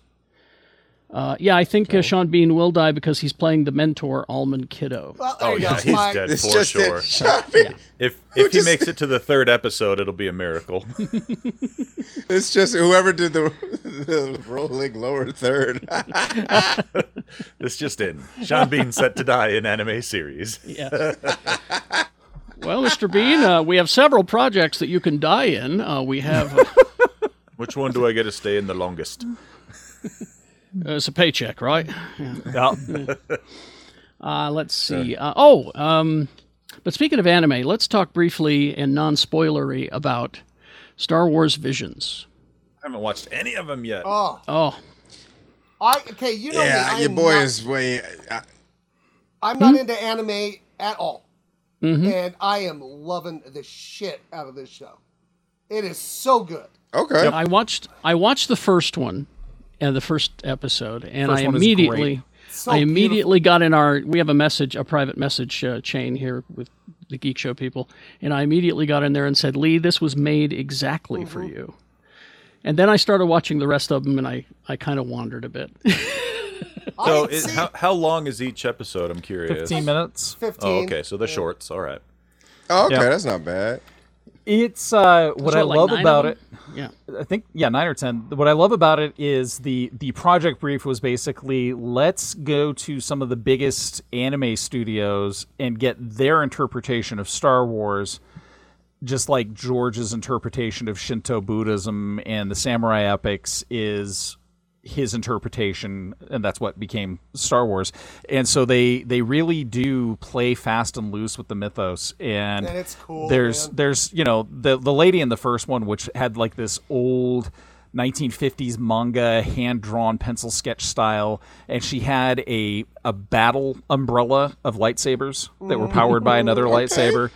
Speaker 2: Uh, yeah, I think uh, Sean Bean will die because he's playing the mentor Almond Kiddo.
Speaker 5: Well, there
Speaker 3: Oh
Speaker 5: you
Speaker 3: yeah,
Speaker 5: go.
Speaker 3: he's
Speaker 5: My-
Speaker 3: dead
Speaker 6: it's
Speaker 3: for
Speaker 6: just
Speaker 3: sure.
Speaker 6: it. Shut me.
Speaker 3: If if he
Speaker 6: just-
Speaker 3: makes it to the third episode, it'll be a miracle.
Speaker 6: It's just whoever did the, the rolling lower third.
Speaker 3: this just in: Sean Bean set to die in anime series.
Speaker 2: Yes. well, Mr. Bean, uh, we have several projects that you can die in. Uh, we have uh,
Speaker 3: Which one do I get to stay in the longest?
Speaker 2: it's a paycheck, right?
Speaker 4: Yeah.
Speaker 2: Uh, let's see. Uh, oh, um, but speaking of anime, let's talk briefly and non-spoilery about Star Wars Visions.
Speaker 3: I haven't watched any of them yet.
Speaker 5: Oh,
Speaker 2: Oh,
Speaker 5: I okay. You know me.
Speaker 6: yeah,
Speaker 5: I
Speaker 6: your
Speaker 5: am
Speaker 6: boy
Speaker 5: not-
Speaker 6: is way. I,
Speaker 5: I'm not into anime at all, and I am loving the shit out of this show. It is so good.
Speaker 6: okay.
Speaker 2: I watched I watched the first one and the first episode, and
Speaker 4: First
Speaker 2: I
Speaker 4: one is great.
Speaker 2: immediately
Speaker 5: So
Speaker 2: I immediately got in our we have a message a private message uh, chain here with the Geek Show people, and I immediately got in there and said, Lee, this was made exactly for you. And then I started watching the rest of them, and I, I kind of wandered a bit.
Speaker 5: I
Speaker 3: so,
Speaker 5: didn't
Speaker 3: is,
Speaker 5: see
Speaker 3: how how long is each episode? I'm curious.
Speaker 4: Fifteen minutes.
Speaker 5: fifteen.
Speaker 3: Oh, okay. So the shorts. All right.
Speaker 6: Oh, okay,
Speaker 4: Yeah.
Speaker 6: that's not bad.
Speaker 4: It's uh, what
Speaker 2: There's
Speaker 4: I
Speaker 2: what, like,
Speaker 4: love
Speaker 2: nine of
Speaker 4: about
Speaker 2: them?
Speaker 4: it.
Speaker 2: Yeah.
Speaker 4: I think yeah, nine or ten. What I love about it is the the project brief was basically let's go to some of the biggest anime studios and get their interpretation of Star Wars, just like George's interpretation of Shinto Buddhism and the samurai epics is his interpretation and that's what became Star Wars. And so they they really do play fast and loose with the mythos and
Speaker 5: And it's cool,
Speaker 4: There's
Speaker 5: man.
Speaker 4: there's you know the the lady in the first one which had like this old 1950s manga hand drawn pencil sketch style and she had a a battle umbrella of lightsabers that were powered by another
Speaker 5: Mm-hmm. Okay.
Speaker 4: lightsaber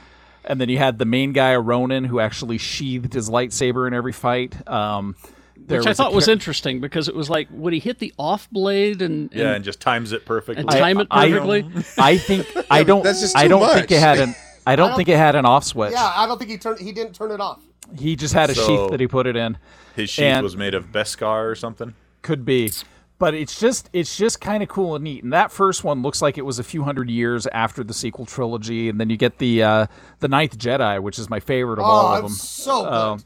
Speaker 4: and then you had the main guy Ronan who actually sheathed his lightsaber in every fight um there
Speaker 2: Which I
Speaker 4: a
Speaker 2: thought was
Speaker 4: char-
Speaker 2: interesting because it was like, would he hit the off blade and,
Speaker 3: Yeah, and just times it perfectly.
Speaker 2: And time it perfectly?
Speaker 4: I think I don't.
Speaker 6: that's just
Speaker 4: I
Speaker 6: too
Speaker 4: don't
Speaker 6: much.
Speaker 4: think it had an. I don't,
Speaker 5: don't-
Speaker 4: think it had an off switch.
Speaker 5: Yeah, I don't think he turned. He didn't turn it off.
Speaker 4: He just had a
Speaker 3: So-
Speaker 4: sheath that he put it in.
Speaker 3: His sheath
Speaker 4: And-
Speaker 3: was made of Beskar or something.
Speaker 4: Could be, but it's just it's just kind of cool and neat. And that first one looks like it was a few hundred years after the sequel trilogy, and then you get the uh, the Ninth Jedi, which is my favorite of all
Speaker 5: oh,
Speaker 4: of them.
Speaker 5: it's so good.
Speaker 4: Um,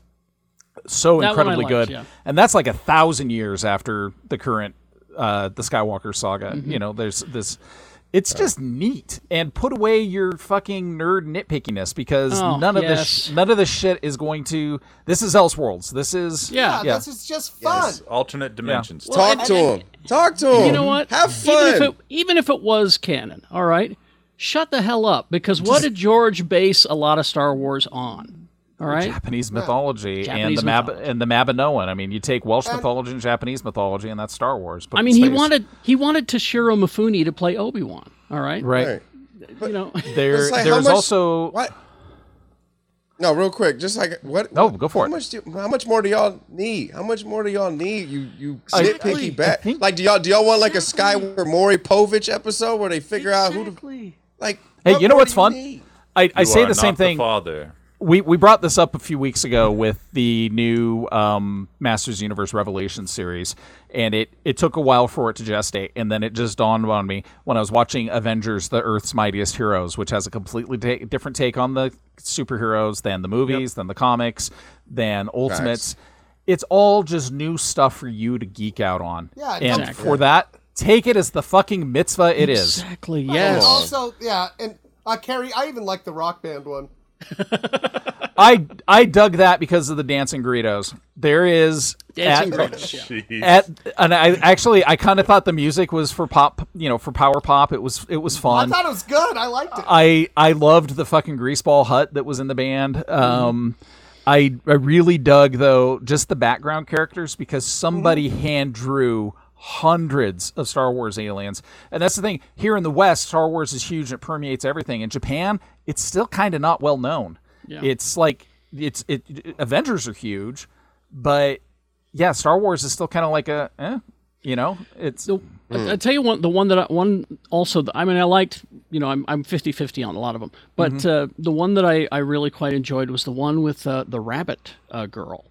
Speaker 4: so
Speaker 2: That one I
Speaker 4: incredibly
Speaker 2: liked,
Speaker 4: good.
Speaker 2: yeah.
Speaker 4: And that's like a thousand years after the current uh, the Skywalker saga.
Speaker 2: Mm-hmm.
Speaker 4: You know, there's this. It's just neat, and put away your fucking nerd nitpickiness because
Speaker 2: Oh,
Speaker 4: none of this
Speaker 2: yes.
Speaker 4: none of this shit is going to. This is Elseworlds. This is
Speaker 2: yeah.
Speaker 5: yeah,
Speaker 4: yeah.
Speaker 5: this is just fun.
Speaker 3: Alternate dimensions.
Speaker 2: Well,
Speaker 6: Talk
Speaker 2: and-
Speaker 6: to
Speaker 2: and-
Speaker 6: him. Talk to him.
Speaker 2: You know what?
Speaker 6: Have
Speaker 2: Even if
Speaker 6: fun.
Speaker 2: it, even if it was canon, all right? Shut the hell up because what did George base a lot of Star Wars on? All right?
Speaker 4: Japanese mythology and
Speaker 2: Japanese
Speaker 4: the Mab
Speaker 2: mythology.
Speaker 4: and the Mabinoan. I mean, you take Welsh mythology and Japanese mythology, and that's Star Wars. But
Speaker 2: I mean, he wanted he wanted Toshiro Mifune to play Obi Wan. All right,
Speaker 4: right.
Speaker 6: Right.
Speaker 2: You know,
Speaker 4: There,
Speaker 6: It's like, how
Speaker 4: there's
Speaker 6: much-
Speaker 4: also
Speaker 6: what? No, real quick, just like what?
Speaker 4: No, go for
Speaker 6: how
Speaker 4: it.
Speaker 6: Much do, how much more do y'all need? How much more do y'all need? You you
Speaker 4: I-
Speaker 6: nitpicky
Speaker 4: I
Speaker 6: back.
Speaker 4: think-
Speaker 6: Like do y'all do y'all want like a Skywalker Maury Povich episode where they figure out who to like?
Speaker 4: Hey,
Speaker 6: what
Speaker 4: you know
Speaker 6: more
Speaker 4: what's
Speaker 6: do
Speaker 4: fun?
Speaker 6: need?
Speaker 4: I, I
Speaker 3: You
Speaker 4: say
Speaker 3: are
Speaker 4: the same
Speaker 3: not
Speaker 4: thing.
Speaker 3: father.
Speaker 4: we we brought this up a few weeks ago with the new um, Masters Universe Revelation series, and it it took a while for it to gestate, and then it just dawned on me when I was watching Avengers: The Earth's Mightiest Heroes, which has a completely ta- different take on the superheroes than the movies, than the comics, than Ultimates. It's all just new stuff for you to geek out on,
Speaker 5: Yeah,
Speaker 4: and
Speaker 5: exactly.
Speaker 4: for that, take it as the fucking mitzvah it is.
Speaker 2: exactly.
Speaker 5: And
Speaker 2: Yes.
Speaker 5: also, yeah, and uh, Carrie, I even like the rock band one.
Speaker 4: I I dug that because of the dancing Greedos. There is
Speaker 2: Dancing
Speaker 4: at,
Speaker 2: Greedos, yeah.
Speaker 3: Jeez.
Speaker 4: at and I actually I kind of thought the music was for pop, you know, for power pop. It was it was
Speaker 5: I
Speaker 4: fun.
Speaker 5: thought it was good. I liked it.
Speaker 4: I I loved the fucking greaseball hut that was in the band. Um I I really dug though just the background characters because somebody
Speaker 2: Mm.
Speaker 4: hand drew hundreds of Star Wars aliens. And that's the thing, here in the West, Star Wars is huge and it permeates everything. In Japan, it's still kind of not well known. It's like it's it, it- Avengers are huge, but yeah, Star Wars is still kind of like a eh, you know, it's
Speaker 2: the, I, I tell you one, the one that I, one also, that- I mean, I liked, you know, I'm, I'm 50 50 on a lot of them, but
Speaker 4: Mm-hmm.
Speaker 2: uh, the one that I, I really quite enjoyed was the one with uh, the rabbit uh, girl.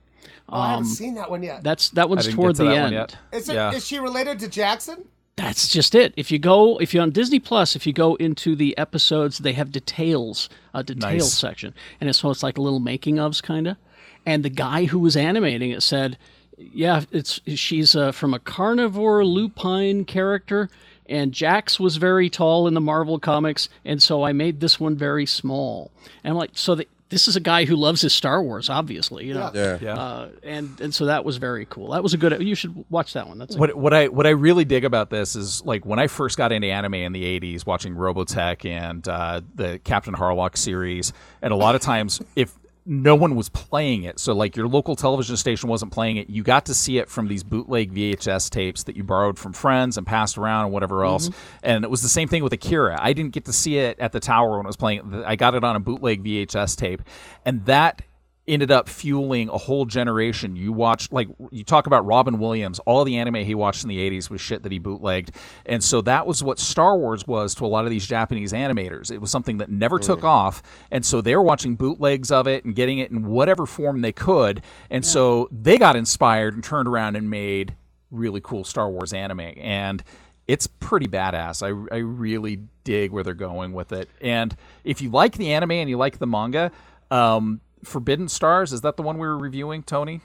Speaker 5: Oh, I haven't seen that one yet.
Speaker 2: That's that one's
Speaker 4: didn't
Speaker 2: toward
Speaker 4: get to
Speaker 2: the
Speaker 4: that
Speaker 2: end.
Speaker 4: one yet.
Speaker 5: Is, it,
Speaker 4: yeah.
Speaker 5: is she related to Jackson?
Speaker 2: That's just it. If you go, if you're on Disney Plus, if you go into the episodes, they have details, a details
Speaker 4: Nice.
Speaker 2: section, and it's, so it's like a little making ofs kind of. And the guy who was animating it said, "Yeah, it's she's uh, from a carnivore lupine character, and Jax was very tall in the Marvel comics, and so I made this one very small." And I'm like, so the, this is a guy who loves his Star Wars, obviously, you know.
Speaker 6: Yeah.
Speaker 2: Uh, and and so that was very cool. That was a good. You should watch that one. That's a
Speaker 4: What what I what I really dig about this is like when I first got into anime in the '80s, watching Robotech and uh, the Captain Harlock series, and a lot of times if no one was playing it, so like your local television station wasn't playing it, you got to see it from these bootleg VHS tapes that you borrowed from friends and passed around and whatever else. And it was the same thing with Akira. I didn't get to see it at the tower when it was playing. I got it on a bootleg VHS tape, and that ended up fueling a whole generation. You watch like you talk about Robin Williams, all the anime he watched in the 80s was shit that he bootlegged. And so that was what Star Wars was to a lot of these Japanese animators. It was something that never took off, and so they were watching bootlegs of it and getting it in whatever form they could. And so they got inspired and turned around and made really cool Star Wars anime and it's pretty badass. I, I really dig where they're going with it. And if you like the anime and you like the manga, um, Forbidden Stars? Is that the one we were reviewing, Tony?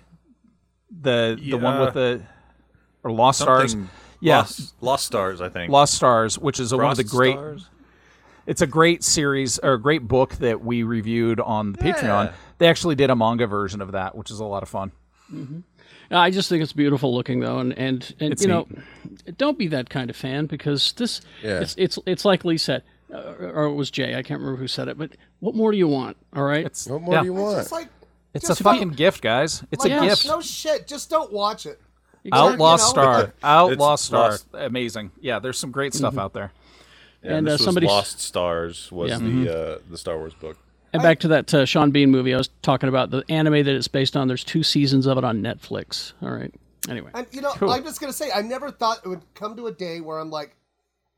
Speaker 4: The the one with the or Lost Stars?
Speaker 3: Something-
Speaker 4: Yeah.
Speaker 3: Lost, Lost Stars, I think.
Speaker 4: Lost Stars, which is a, one of the
Speaker 3: Frost
Speaker 4: great.
Speaker 3: Stars?
Speaker 4: It's a great series or a great book that we reviewed on the Patreon.
Speaker 2: Yeah.
Speaker 4: They actually did a manga version of that, which is a lot of fun.
Speaker 2: I just think it's beautiful looking though, and and, and
Speaker 4: It's
Speaker 2: you know, don't be that kind of fan because this
Speaker 4: Yeah.
Speaker 2: it's it's it's like Lee said, uh, or it was Jay. I can't remember who said it, but what more do you want? All right,
Speaker 6: what
Speaker 5: more yeah. do you want? It's like-
Speaker 4: it's
Speaker 5: just
Speaker 4: a fucking gift, guys. It's
Speaker 5: like,
Speaker 4: a gift.
Speaker 5: No shit. Just don't watch it.
Speaker 4: Outlaw
Speaker 5: You know?
Speaker 4: Star, Outlaw Mm-hmm.
Speaker 3: It's
Speaker 4: Star,
Speaker 3: Lost.
Speaker 4: amazing. Yeah, there's some great stuff
Speaker 2: Mhm.
Speaker 4: out there.
Speaker 3: Yeah, and,
Speaker 2: And, uh,
Speaker 3: this was
Speaker 2: somebody-
Speaker 3: Lost Stars was
Speaker 2: Yeah.
Speaker 3: the
Speaker 2: Mhm.
Speaker 3: uh, the Star Wars book.
Speaker 2: And back to that uh, Sean Bean movie I was talking about, the anime that it's based on. There's two seasons of it on Netflix. All right. Anyway,
Speaker 5: And you know,
Speaker 2: Cool.
Speaker 5: I'm just gonna say, I never thought it would come to a day where I'm like,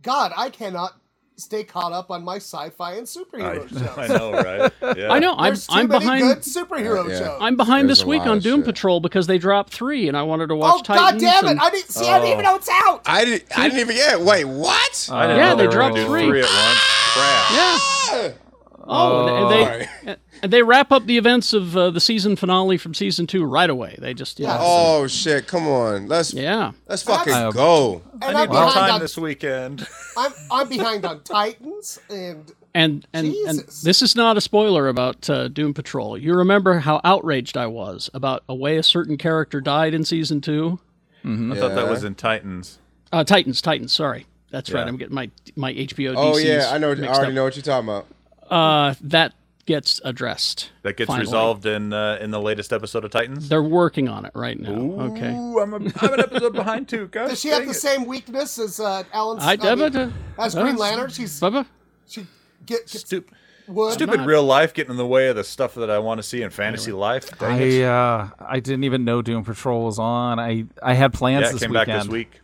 Speaker 5: God, I cannot stay caught up on my sci-fi and superhero
Speaker 3: I-
Speaker 5: shows.
Speaker 3: I know, right? Yeah.
Speaker 2: I know. I'm
Speaker 5: There's too
Speaker 2: I'm
Speaker 5: many
Speaker 2: behind.
Speaker 5: good superhero
Speaker 2: Yeah, yeah.
Speaker 5: shows.
Speaker 2: I'm behind
Speaker 6: There's
Speaker 2: this
Speaker 6: a
Speaker 2: week
Speaker 6: lot
Speaker 2: on
Speaker 6: of
Speaker 2: Doom Patrol because they dropped three, and I wanted to watch.
Speaker 5: Oh God
Speaker 2: Titans
Speaker 5: damn it!
Speaker 2: and-
Speaker 5: I didn't see. I didn't even know it's out.
Speaker 6: I didn't. I didn't even get. It. Wait, what?
Speaker 2: I didn't Yeah, know they they were dropped gonna do three. three at
Speaker 3: once. Crap.
Speaker 2: Yeah. Oh, and- and they and they wrap up the events of uh, the season finale from season two right away. They just yeah.
Speaker 6: Oh shit! Come on. Let's.
Speaker 2: Yeah.
Speaker 6: Let's fucking
Speaker 2: I-
Speaker 6: go.
Speaker 5: And I I'm need more behind time on-
Speaker 6: this
Speaker 3: weekend.
Speaker 5: I'm I'm behind on Titans and
Speaker 2: And and, and this is not a spoiler about uh, Doom Patrol. You remember how outraged I was about a way a certain character died in season two.
Speaker 3: I thought that
Speaker 6: Yeah.
Speaker 3: was in Titans.
Speaker 2: Uh, Titans, Titans. Sorry, that's right.
Speaker 3: Yeah.
Speaker 2: I'm getting my my HBO.
Speaker 6: Oh
Speaker 2: DCs
Speaker 6: yeah, I know. I
Speaker 2: mixed
Speaker 6: already
Speaker 2: up.
Speaker 6: know what you're talking about.
Speaker 2: Uh, that gets addressed.
Speaker 3: That gets
Speaker 2: finally.
Speaker 3: resolved in uh, in the latest episode of Titans.
Speaker 2: They're working on it right now. okay.
Speaker 3: Ooh, I'm, a, I'm an episode behind too. God,
Speaker 5: Does she have
Speaker 3: dang
Speaker 5: the
Speaker 3: it.
Speaker 5: same weakness as uh, Alan?
Speaker 2: I-
Speaker 5: I mean,
Speaker 2: Bubba,
Speaker 5: as
Speaker 2: uh,
Speaker 5: Green Lantern, she's
Speaker 2: Bubba.
Speaker 5: she get, gets
Speaker 3: Stupid.
Speaker 5: wood.
Speaker 3: Stupid real life getting in the way of the stuff that I want to see in fantasy life. Dang
Speaker 4: I
Speaker 3: it.
Speaker 4: uh, I didn't even know Doom Patrol was on. I I had plans
Speaker 3: yeah, it
Speaker 4: this
Speaker 3: came
Speaker 4: weekend.
Speaker 3: back this week.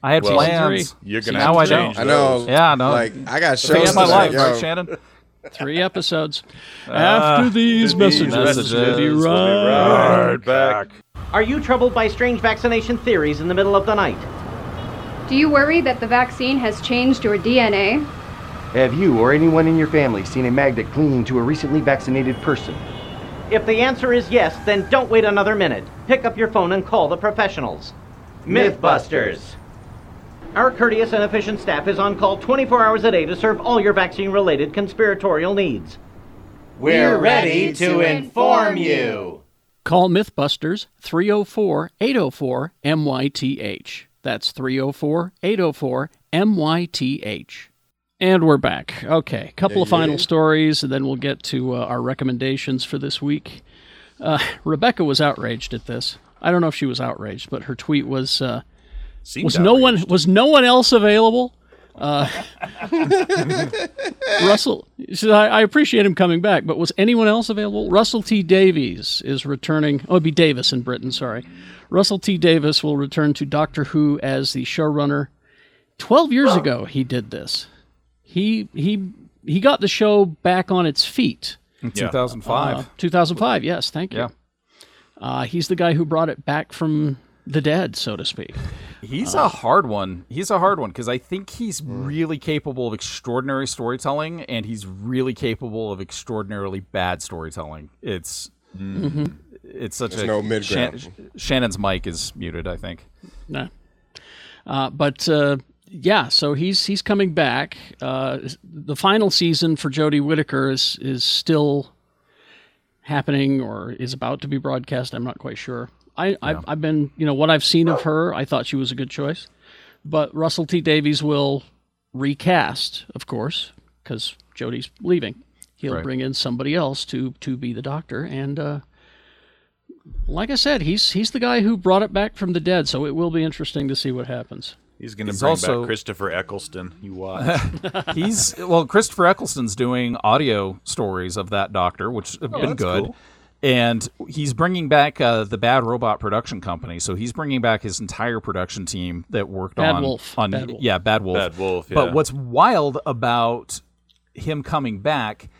Speaker 4: I had
Speaker 3: Well,
Speaker 4: plans.
Speaker 3: You're gonna
Speaker 4: now
Speaker 3: have to
Speaker 4: I don't.
Speaker 3: change those.
Speaker 4: Yeah, no.
Speaker 6: Like, I got
Speaker 4: It's the best
Speaker 6: shows
Speaker 4: of my
Speaker 6: tonight,
Speaker 4: life,
Speaker 6: yo.
Speaker 4: right, Shannon?
Speaker 2: Three episodes. After these messages, we'll be right
Speaker 3: back.
Speaker 12: Are you troubled by strange vaccination theories in the middle of the night?
Speaker 13: Do you worry that the vaccine has changed your DNA?
Speaker 14: Have you or anyone in your family seen a magnet clinging to a recently vaccinated person?
Speaker 12: If the answer is yes, then don't wait another minute. Pick up your phone and call the professionals. Mythbusters. Our courteous and efficient staff is on call 24 hours a day to serve all your vaccine related conspiratorial needs.
Speaker 2: We're ready to inform you. Call Mythbusters 304 804 MYTH. That's 304 804 MYTH. And we're back. Okay, couple of
Speaker 12: Yeah, yeah.
Speaker 2: final stories, and then we'll get to uh, our recommendations for this week. Uh, Rebecca was outraged at this. I don't know if she was outraged, but her tweet was uh,
Speaker 3: Seemed
Speaker 2: was no one was no one else available. Uh, Russell, she said, I, I appreciate him coming back, but was anyone else available? Russell T. Davies is returning. Oh, it'd be Davis in Britain, sorry. Russell T. Davis will return to Doctor Who as the showrunner. Twelve years ago, he did this. He he he got the show back on its feet.
Speaker 4: In Yeah. 2005.
Speaker 2: Uh, 2005, yes, thank you.
Speaker 4: Yeah.
Speaker 2: Uh, he's the guy who brought it back from the dead, so to speak.
Speaker 4: He's
Speaker 2: Uh,
Speaker 4: a hard one. He's a hard one because I think he's really capable of extraordinary storytelling, and he's really capable of extraordinarily bad storytelling. It's
Speaker 3: Mm-hmm.
Speaker 6: Mhm.
Speaker 4: it's such
Speaker 6: There's
Speaker 4: a
Speaker 6: no mid-ground.
Speaker 4: Shannon's mic is muted. I think.
Speaker 2: No. Uh, but uh, yeah, so he's he's coming back. Uh, the final season for Jodie Whittaker is is still happening or is about to be broadcast. I'm not quite sure. I, I've, I've been you know what I've seen of her. I thought she was a good choice, but Russell T Davies will recast, of course, because Jodie's leaving. He'll
Speaker 4: Right.
Speaker 2: bring in somebody else to to be the doctor and. Uh, like I said, he's he's the guy who brought it back from the dead, so it will be interesting to see what happens.
Speaker 3: He's going to
Speaker 4: He's
Speaker 3: bring
Speaker 4: also-
Speaker 3: back Christopher Eccleston. You watch.
Speaker 4: he's well christopher eccleston's doing audio stories of that doctor which have
Speaker 3: Oh,
Speaker 4: been
Speaker 3: that's
Speaker 4: good
Speaker 3: cool.
Speaker 4: and he's bringing back uh, the bad robot production company so he's bringing back his entire production team that worked
Speaker 2: Bad
Speaker 4: on
Speaker 2: Wolf.
Speaker 4: on
Speaker 2: Bad Wolf.
Speaker 4: yeah bad wolf
Speaker 3: Bad Wolf, yeah.
Speaker 4: but what's wild about him coming back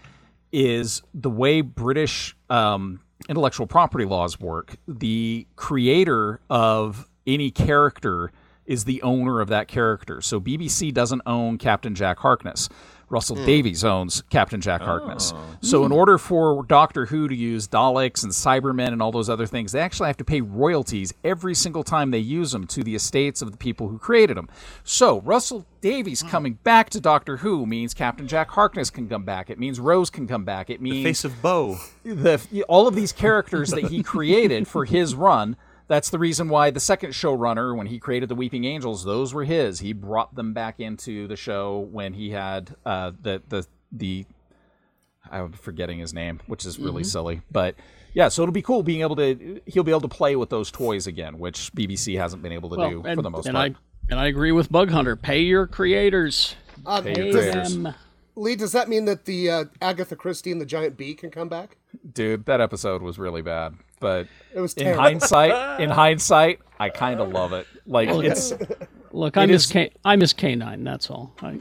Speaker 4: is the way british um, intellectual property laws work the creator of any character is the owner of that character. So BBC doesn't own Captain Jack Harkness. Russell
Speaker 2: Hmm.
Speaker 4: Davies owns Captain Jack Harkness.
Speaker 3: Oh.
Speaker 4: So in order for Doctor Who to use Daleks and Cybermen and all those other things, they actually have to pay royalties every single time they use them to the estates of the people who created them. So Russell Davies coming back to Doctor Who means Captain Jack Harkness can come back. It means Rose can come back. It means
Speaker 3: face of Bo.
Speaker 4: The all of these characters that he created for his run. That's the reason why the second showrunner, when he created the Weeping Angels, those were his. He brought them back into the show when he had uh, the the the. I'm forgetting his name, which is
Speaker 2: Mm-hmm.
Speaker 4: really
Speaker 15: Mhm.
Speaker 4: silly, but yeah. So it'll be cool being able to. He'll be able to play with those toys again, which BBC hasn't been able to
Speaker 2: Well,
Speaker 4: do
Speaker 2: and,
Speaker 4: for the most
Speaker 2: and
Speaker 4: part.
Speaker 2: I and I agree with Bug Hunter. Pay your creators.
Speaker 5: Uh,
Speaker 4: Pay
Speaker 5: does-
Speaker 4: your creators.
Speaker 5: Lee, does that mean that the uh, Agatha Christie and the giant bee can come back?
Speaker 4: Dude, that episode was really bad, but
Speaker 5: It was
Speaker 4: in
Speaker 5: terrible.
Speaker 4: hindsight, in hindsight, I kind of love it. Like
Speaker 2: Look,
Speaker 4: it's
Speaker 2: Look, I
Speaker 4: it
Speaker 2: miss
Speaker 4: is-
Speaker 2: K- I miss K9. That's all. I,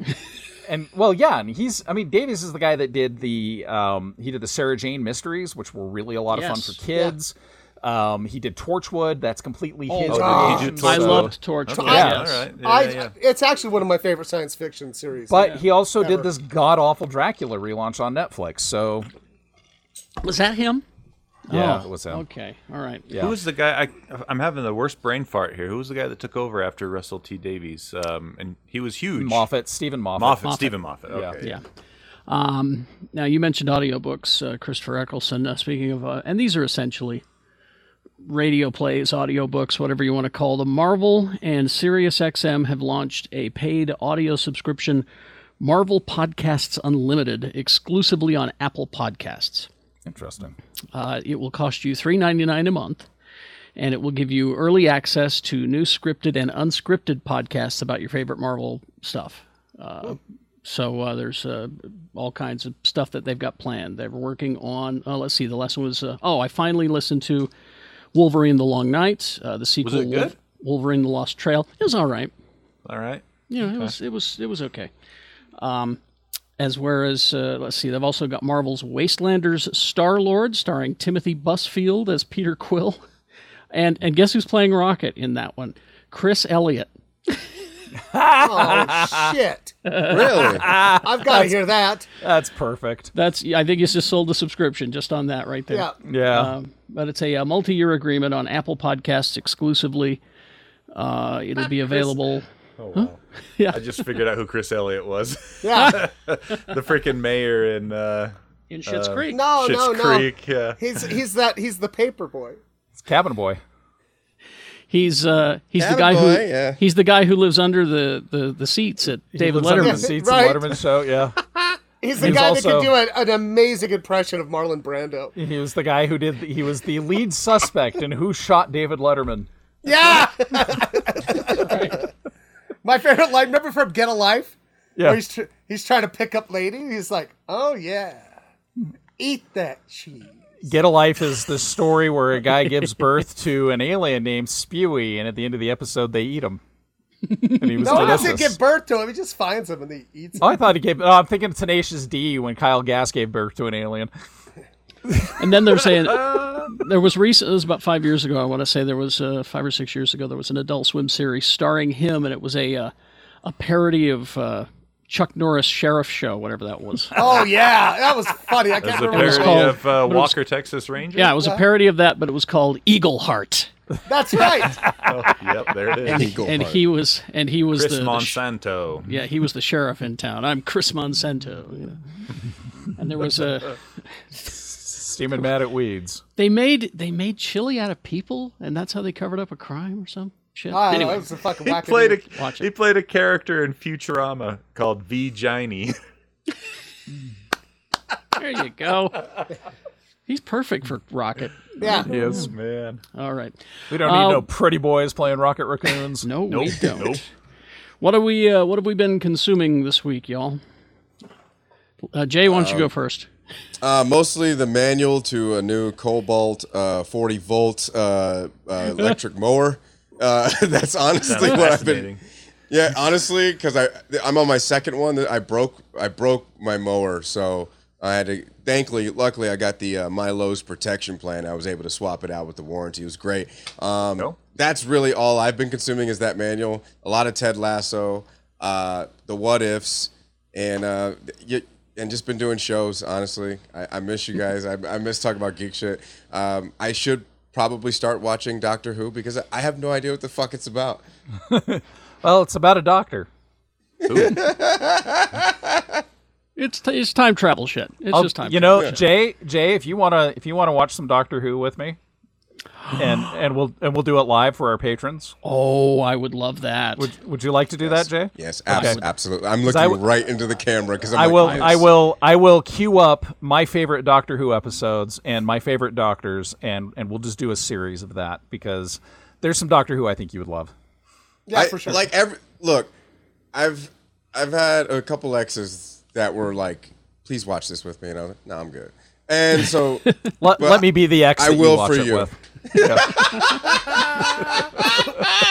Speaker 4: and well, yeah, and he's. I mean, Davies is the guy that did the. Um, he did the Sarah Jane mysteries, which were really a lot of
Speaker 2: Yes.
Speaker 4: fun for kids. Um, he did Torchwood. That's completely
Speaker 2: Oh,
Speaker 4: his.
Speaker 2: God.
Speaker 4: creation,
Speaker 2: I
Speaker 4: so-
Speaker 2: loved Torchwood, Okay, yes. all right.
Speaker 5: I, It's actually one of my favorite science fiction series.
Speaker 4: But he also
Speaker 5: ever.
Speaker 4: did this god awful Dracula relaunch on Netflix. So
Speaker 2: was that him?
Speaker 4: Yeah,
Speaker 2: Oh,
Speaker 4: it was him.
Speaker 2: Okay. All right.
Speaker 4: Yeah.
Speaker 3: Who was the guy? I, I'm having the worst brain fart here. Who was the guy that took over after Russell T Davies? Um, and he was huge.
Speaker 4: Moffat, Stephen Moffat.
Speaker 3: Moffat,
Speaker 4: Moffat.
Speaker 3: Stephen Moffat.
Speaker 4: Yeah.
Speaker 3: Okay.
Speaker 2: Yeah. Um, now you mentioned audiobooks, uh, Christopher Eccleston. Uh, speaking of, uh, and these are essentially radio plays, audiobooks, whatever you want to call them. Marvel and SiriusXM have launched a paid audio subscription, Marvel Podcasts Unlimited, exclusively on Apple Podcasts.
Speaker 4: Interesting.
Speaker 2: Uh, it will cost you $3.99 a month, and it will give you early access to new scripted and unscripted podcasts about your favorite Marvel stuff. Uh, so uh, there's uh, all kinds of stuff that they've got planned. They're working on. Oh, let's see. The last one was. Uh, oh, I finally listened to Wolverine: The Long Night. Uh, the sequel.
Speaker 3: it
Speaker 2: Wolf-
Speaker 3: good?
Speaker 2: Wolverine: The Lost Trail. It was all right.
Speaker 3: All right.
Speaker 2: Yeah, it
Speaker 3: Okay.
Speaker 2: was it was it was okay. Um, as whereas uh, let's see, they've also got Marvel's Wastelanders Star Lord, starring Timothy Busfield as Peter Quill, and and guess who's playing Rocket in that one? Chris Elliott.
Speaker 5: oh shit!
Speaker 2: Really?
Speaker 5: I've got to
Speaker 2: That's-
Speaker 5: hear that.
Speaker 4: That's perfect.
Speaker 2: That's I think he's just sold a subscription just on that right there.
Speaker 5: Yeah.
Speaker 4: Yeah.
Speaker 2: Um, but it's a, uh multi-year agreement on Apple Podcasts exclusively. Uh, it'll be available.
Speaker 3: Oh
Speaker 2: Huh?
Speaker 3: wow.
Speaker 2: Yeah.
Speaker 3: I just figured out who Chris Elliott was.
Speaker 5: Yeah.
Speaker 3: the freaking mayor in uh
Speaker 2: in
Speaker 5: Shit's
Speaker 3: Schitt's
Speaker 5: Creek. No,
Speaker 3: Schitt's
Speaker 5: no, no.
Speaker 3: Creek, yeah.
Speaker 5: He's he's that he's the paper boy.
Speaker 4: It's Cabin Boy.
Speaker 2: He's uh he's the guy who
Speaker 5: Attaboy, yeah.
Speaker 2: he's the guy who lives under the the, the seats at
Speaker 4: He
Speaker 2: David
Speaker 4: lives under the
Speaker 2: Letterman's
Speaker 4: seats in
Speaker 5: Right.
Speaker 4: Letterman's show. Yeah.
Speaker 5: He's the
Speaker 4: He's
Speaker 5: guy that
Speaker 4: also-
Speaker 5: can do an, an amazing impression of Marlon Brando.
Speaker 4: He was the guy who did. The, he was the lead suspect in Who Shot David Letterman.
Speaker 5: Yeah. My favorite line, remember from Get a Life?
Speaker 4: Yeah.
Speaker 5: Where he's, tr- he's trying to pick up lady. He's like, oh yeah, eat that cheese.
Speaker 4: Get a Life is the story where a guy gives birth to an alien named Spewy, and at the end of the episode, they eat him. And he was
Speaker 5: no one
Speaker 4: delicious.
Speaker 5: doesn't give birth to him. He just finds him and he eats him.
Speaker 4: Oh, I thought he gave. Oh, I'm thinking Tenacious D when Kyle Gass gave birth to an alien.
Speaker 2: And then they're saying there was recent. It was about five years ago. I want to say there was uh, five or six years ago. There was an Adult Swim series starring him, and it was a uh, a parody of uh, Chuck Norris Sheriff Show, whatever that was.
Speaker 5: Oh yeah, that was funny. I
Speaker 3: There's
Speaker 5: can't
Speaker 3: a
Speaker 5: remember.
Speaker 3: parody
Speaker 5: what it was
Speaker 3: of uh,
Speaker 5: called.
Speaker 3: Walker, Texas Ranger.
Speaker 2: Yeah, it was a parody of that, but it was called Eagle Heart.
Speaker 5: That's right.
Speaker 3: yep, there it is.
Speaker 2: And, and he was and he was
Speaker 3: Chris
Speaker 2: the, the sh-
Speaker 3: Monsanto.
Speaker 2: yeah he was the sheriff in town. I'm Chris Monsanto. You know. And there was a
Speaker 4: Steaming mad at weeds.
Speaker 2: they made they made chili out of people, and that's how they covered up a crime or some shit.
Speaker 5: Ah,
Speaker 2: anyway,
Speaker 5: that was a fucking
Speaker 3: He
Speaker 5: wacky
Speaker 3: played
Speaker 5: movie.
Speaker 3: a he played a character in Futurama called V Giny.
Speaker 2: there you go. He's perfect for Rocket.
Speaker 5: Yeah.
Speaker 4: He is.
Speaker 3: man.
Speaker 2: All right.
Speaker 4: Oh, We don't need
Speaker 2: Uh,
Speaker 4: no pretty boys playing Rocket Raccoons.
Speaker 2: no, we don't. What are we? Uh, what have we been consuming this week, y'all? Uh, Jay, why don't you go first?
Speaker 6: Uh, mostly the manual to a new Cobalt uh, 40 volt uh, uh, electric mower. Uh, that's honestly
Speaker 3: Sounds
Speaker 6: what I've
Speaker 3: fascinating.
Speaker 6: been. Yeah, honestly, because I I'm on my second one that I broke I broke my mower, so I had to. Thankfully, luckily, I got the uh, Milo's protection plan. I was able to swap it out with the warranty. It was great. Um, That's really all I've been consuming is that manual. A lot of Ted Lasso, uh, the What Ifs, and uh, y and just been doing shows. Honestly, I, I miss you guys. I, I miss talking about geek shit. Um, I should probably start watching Doctor Who because I have no idea what the fuck it's about.
Speaker 4: Well, it's about a doctor.
Speaker 2: It's, t- it's time travel shit. It's
Speaker 4: I'll-
Speaker 2: just time.
Speaker 4: Um, You know,
Speaker 2: travel shit.
Speaker 4: Jay, Jay, if you wanna if you wanna watch some Doctor Who with me, and and we'll and we'll do it live for our patrons.
Speaker 2: Oh, I would love that.
Speaker 4: Would Would you like to do that, Jay?
Speaker 6: Yes, abs- absolutely. I'm
Speaker 4: 'Cause
Speaker 6: looking
Speaker 4: I w-
Speaker 6: right into the camera because
Speaker 4: I will. I will. I will queue up my favorite Doctor Who episodes and my favorite Doctors, and and we'll just do a series of that because there's some Doctor Who I think you would love.
Speaker 6: Yeah, for sure. Like every look, I've I've had a couple exes that were like, "Please watch this with me," and I was like, "No, I'm good." And so
Speaker 4: Let,
Speaker 6: but
Speaker 4: let me be the ex.
Speaker 6: I
Speaker 4: that you
Speaker 6: will
Speaker 4: watch
Speaker 6: for
Speaker 4: it
Speaker 6: you.
Speaker 4: with.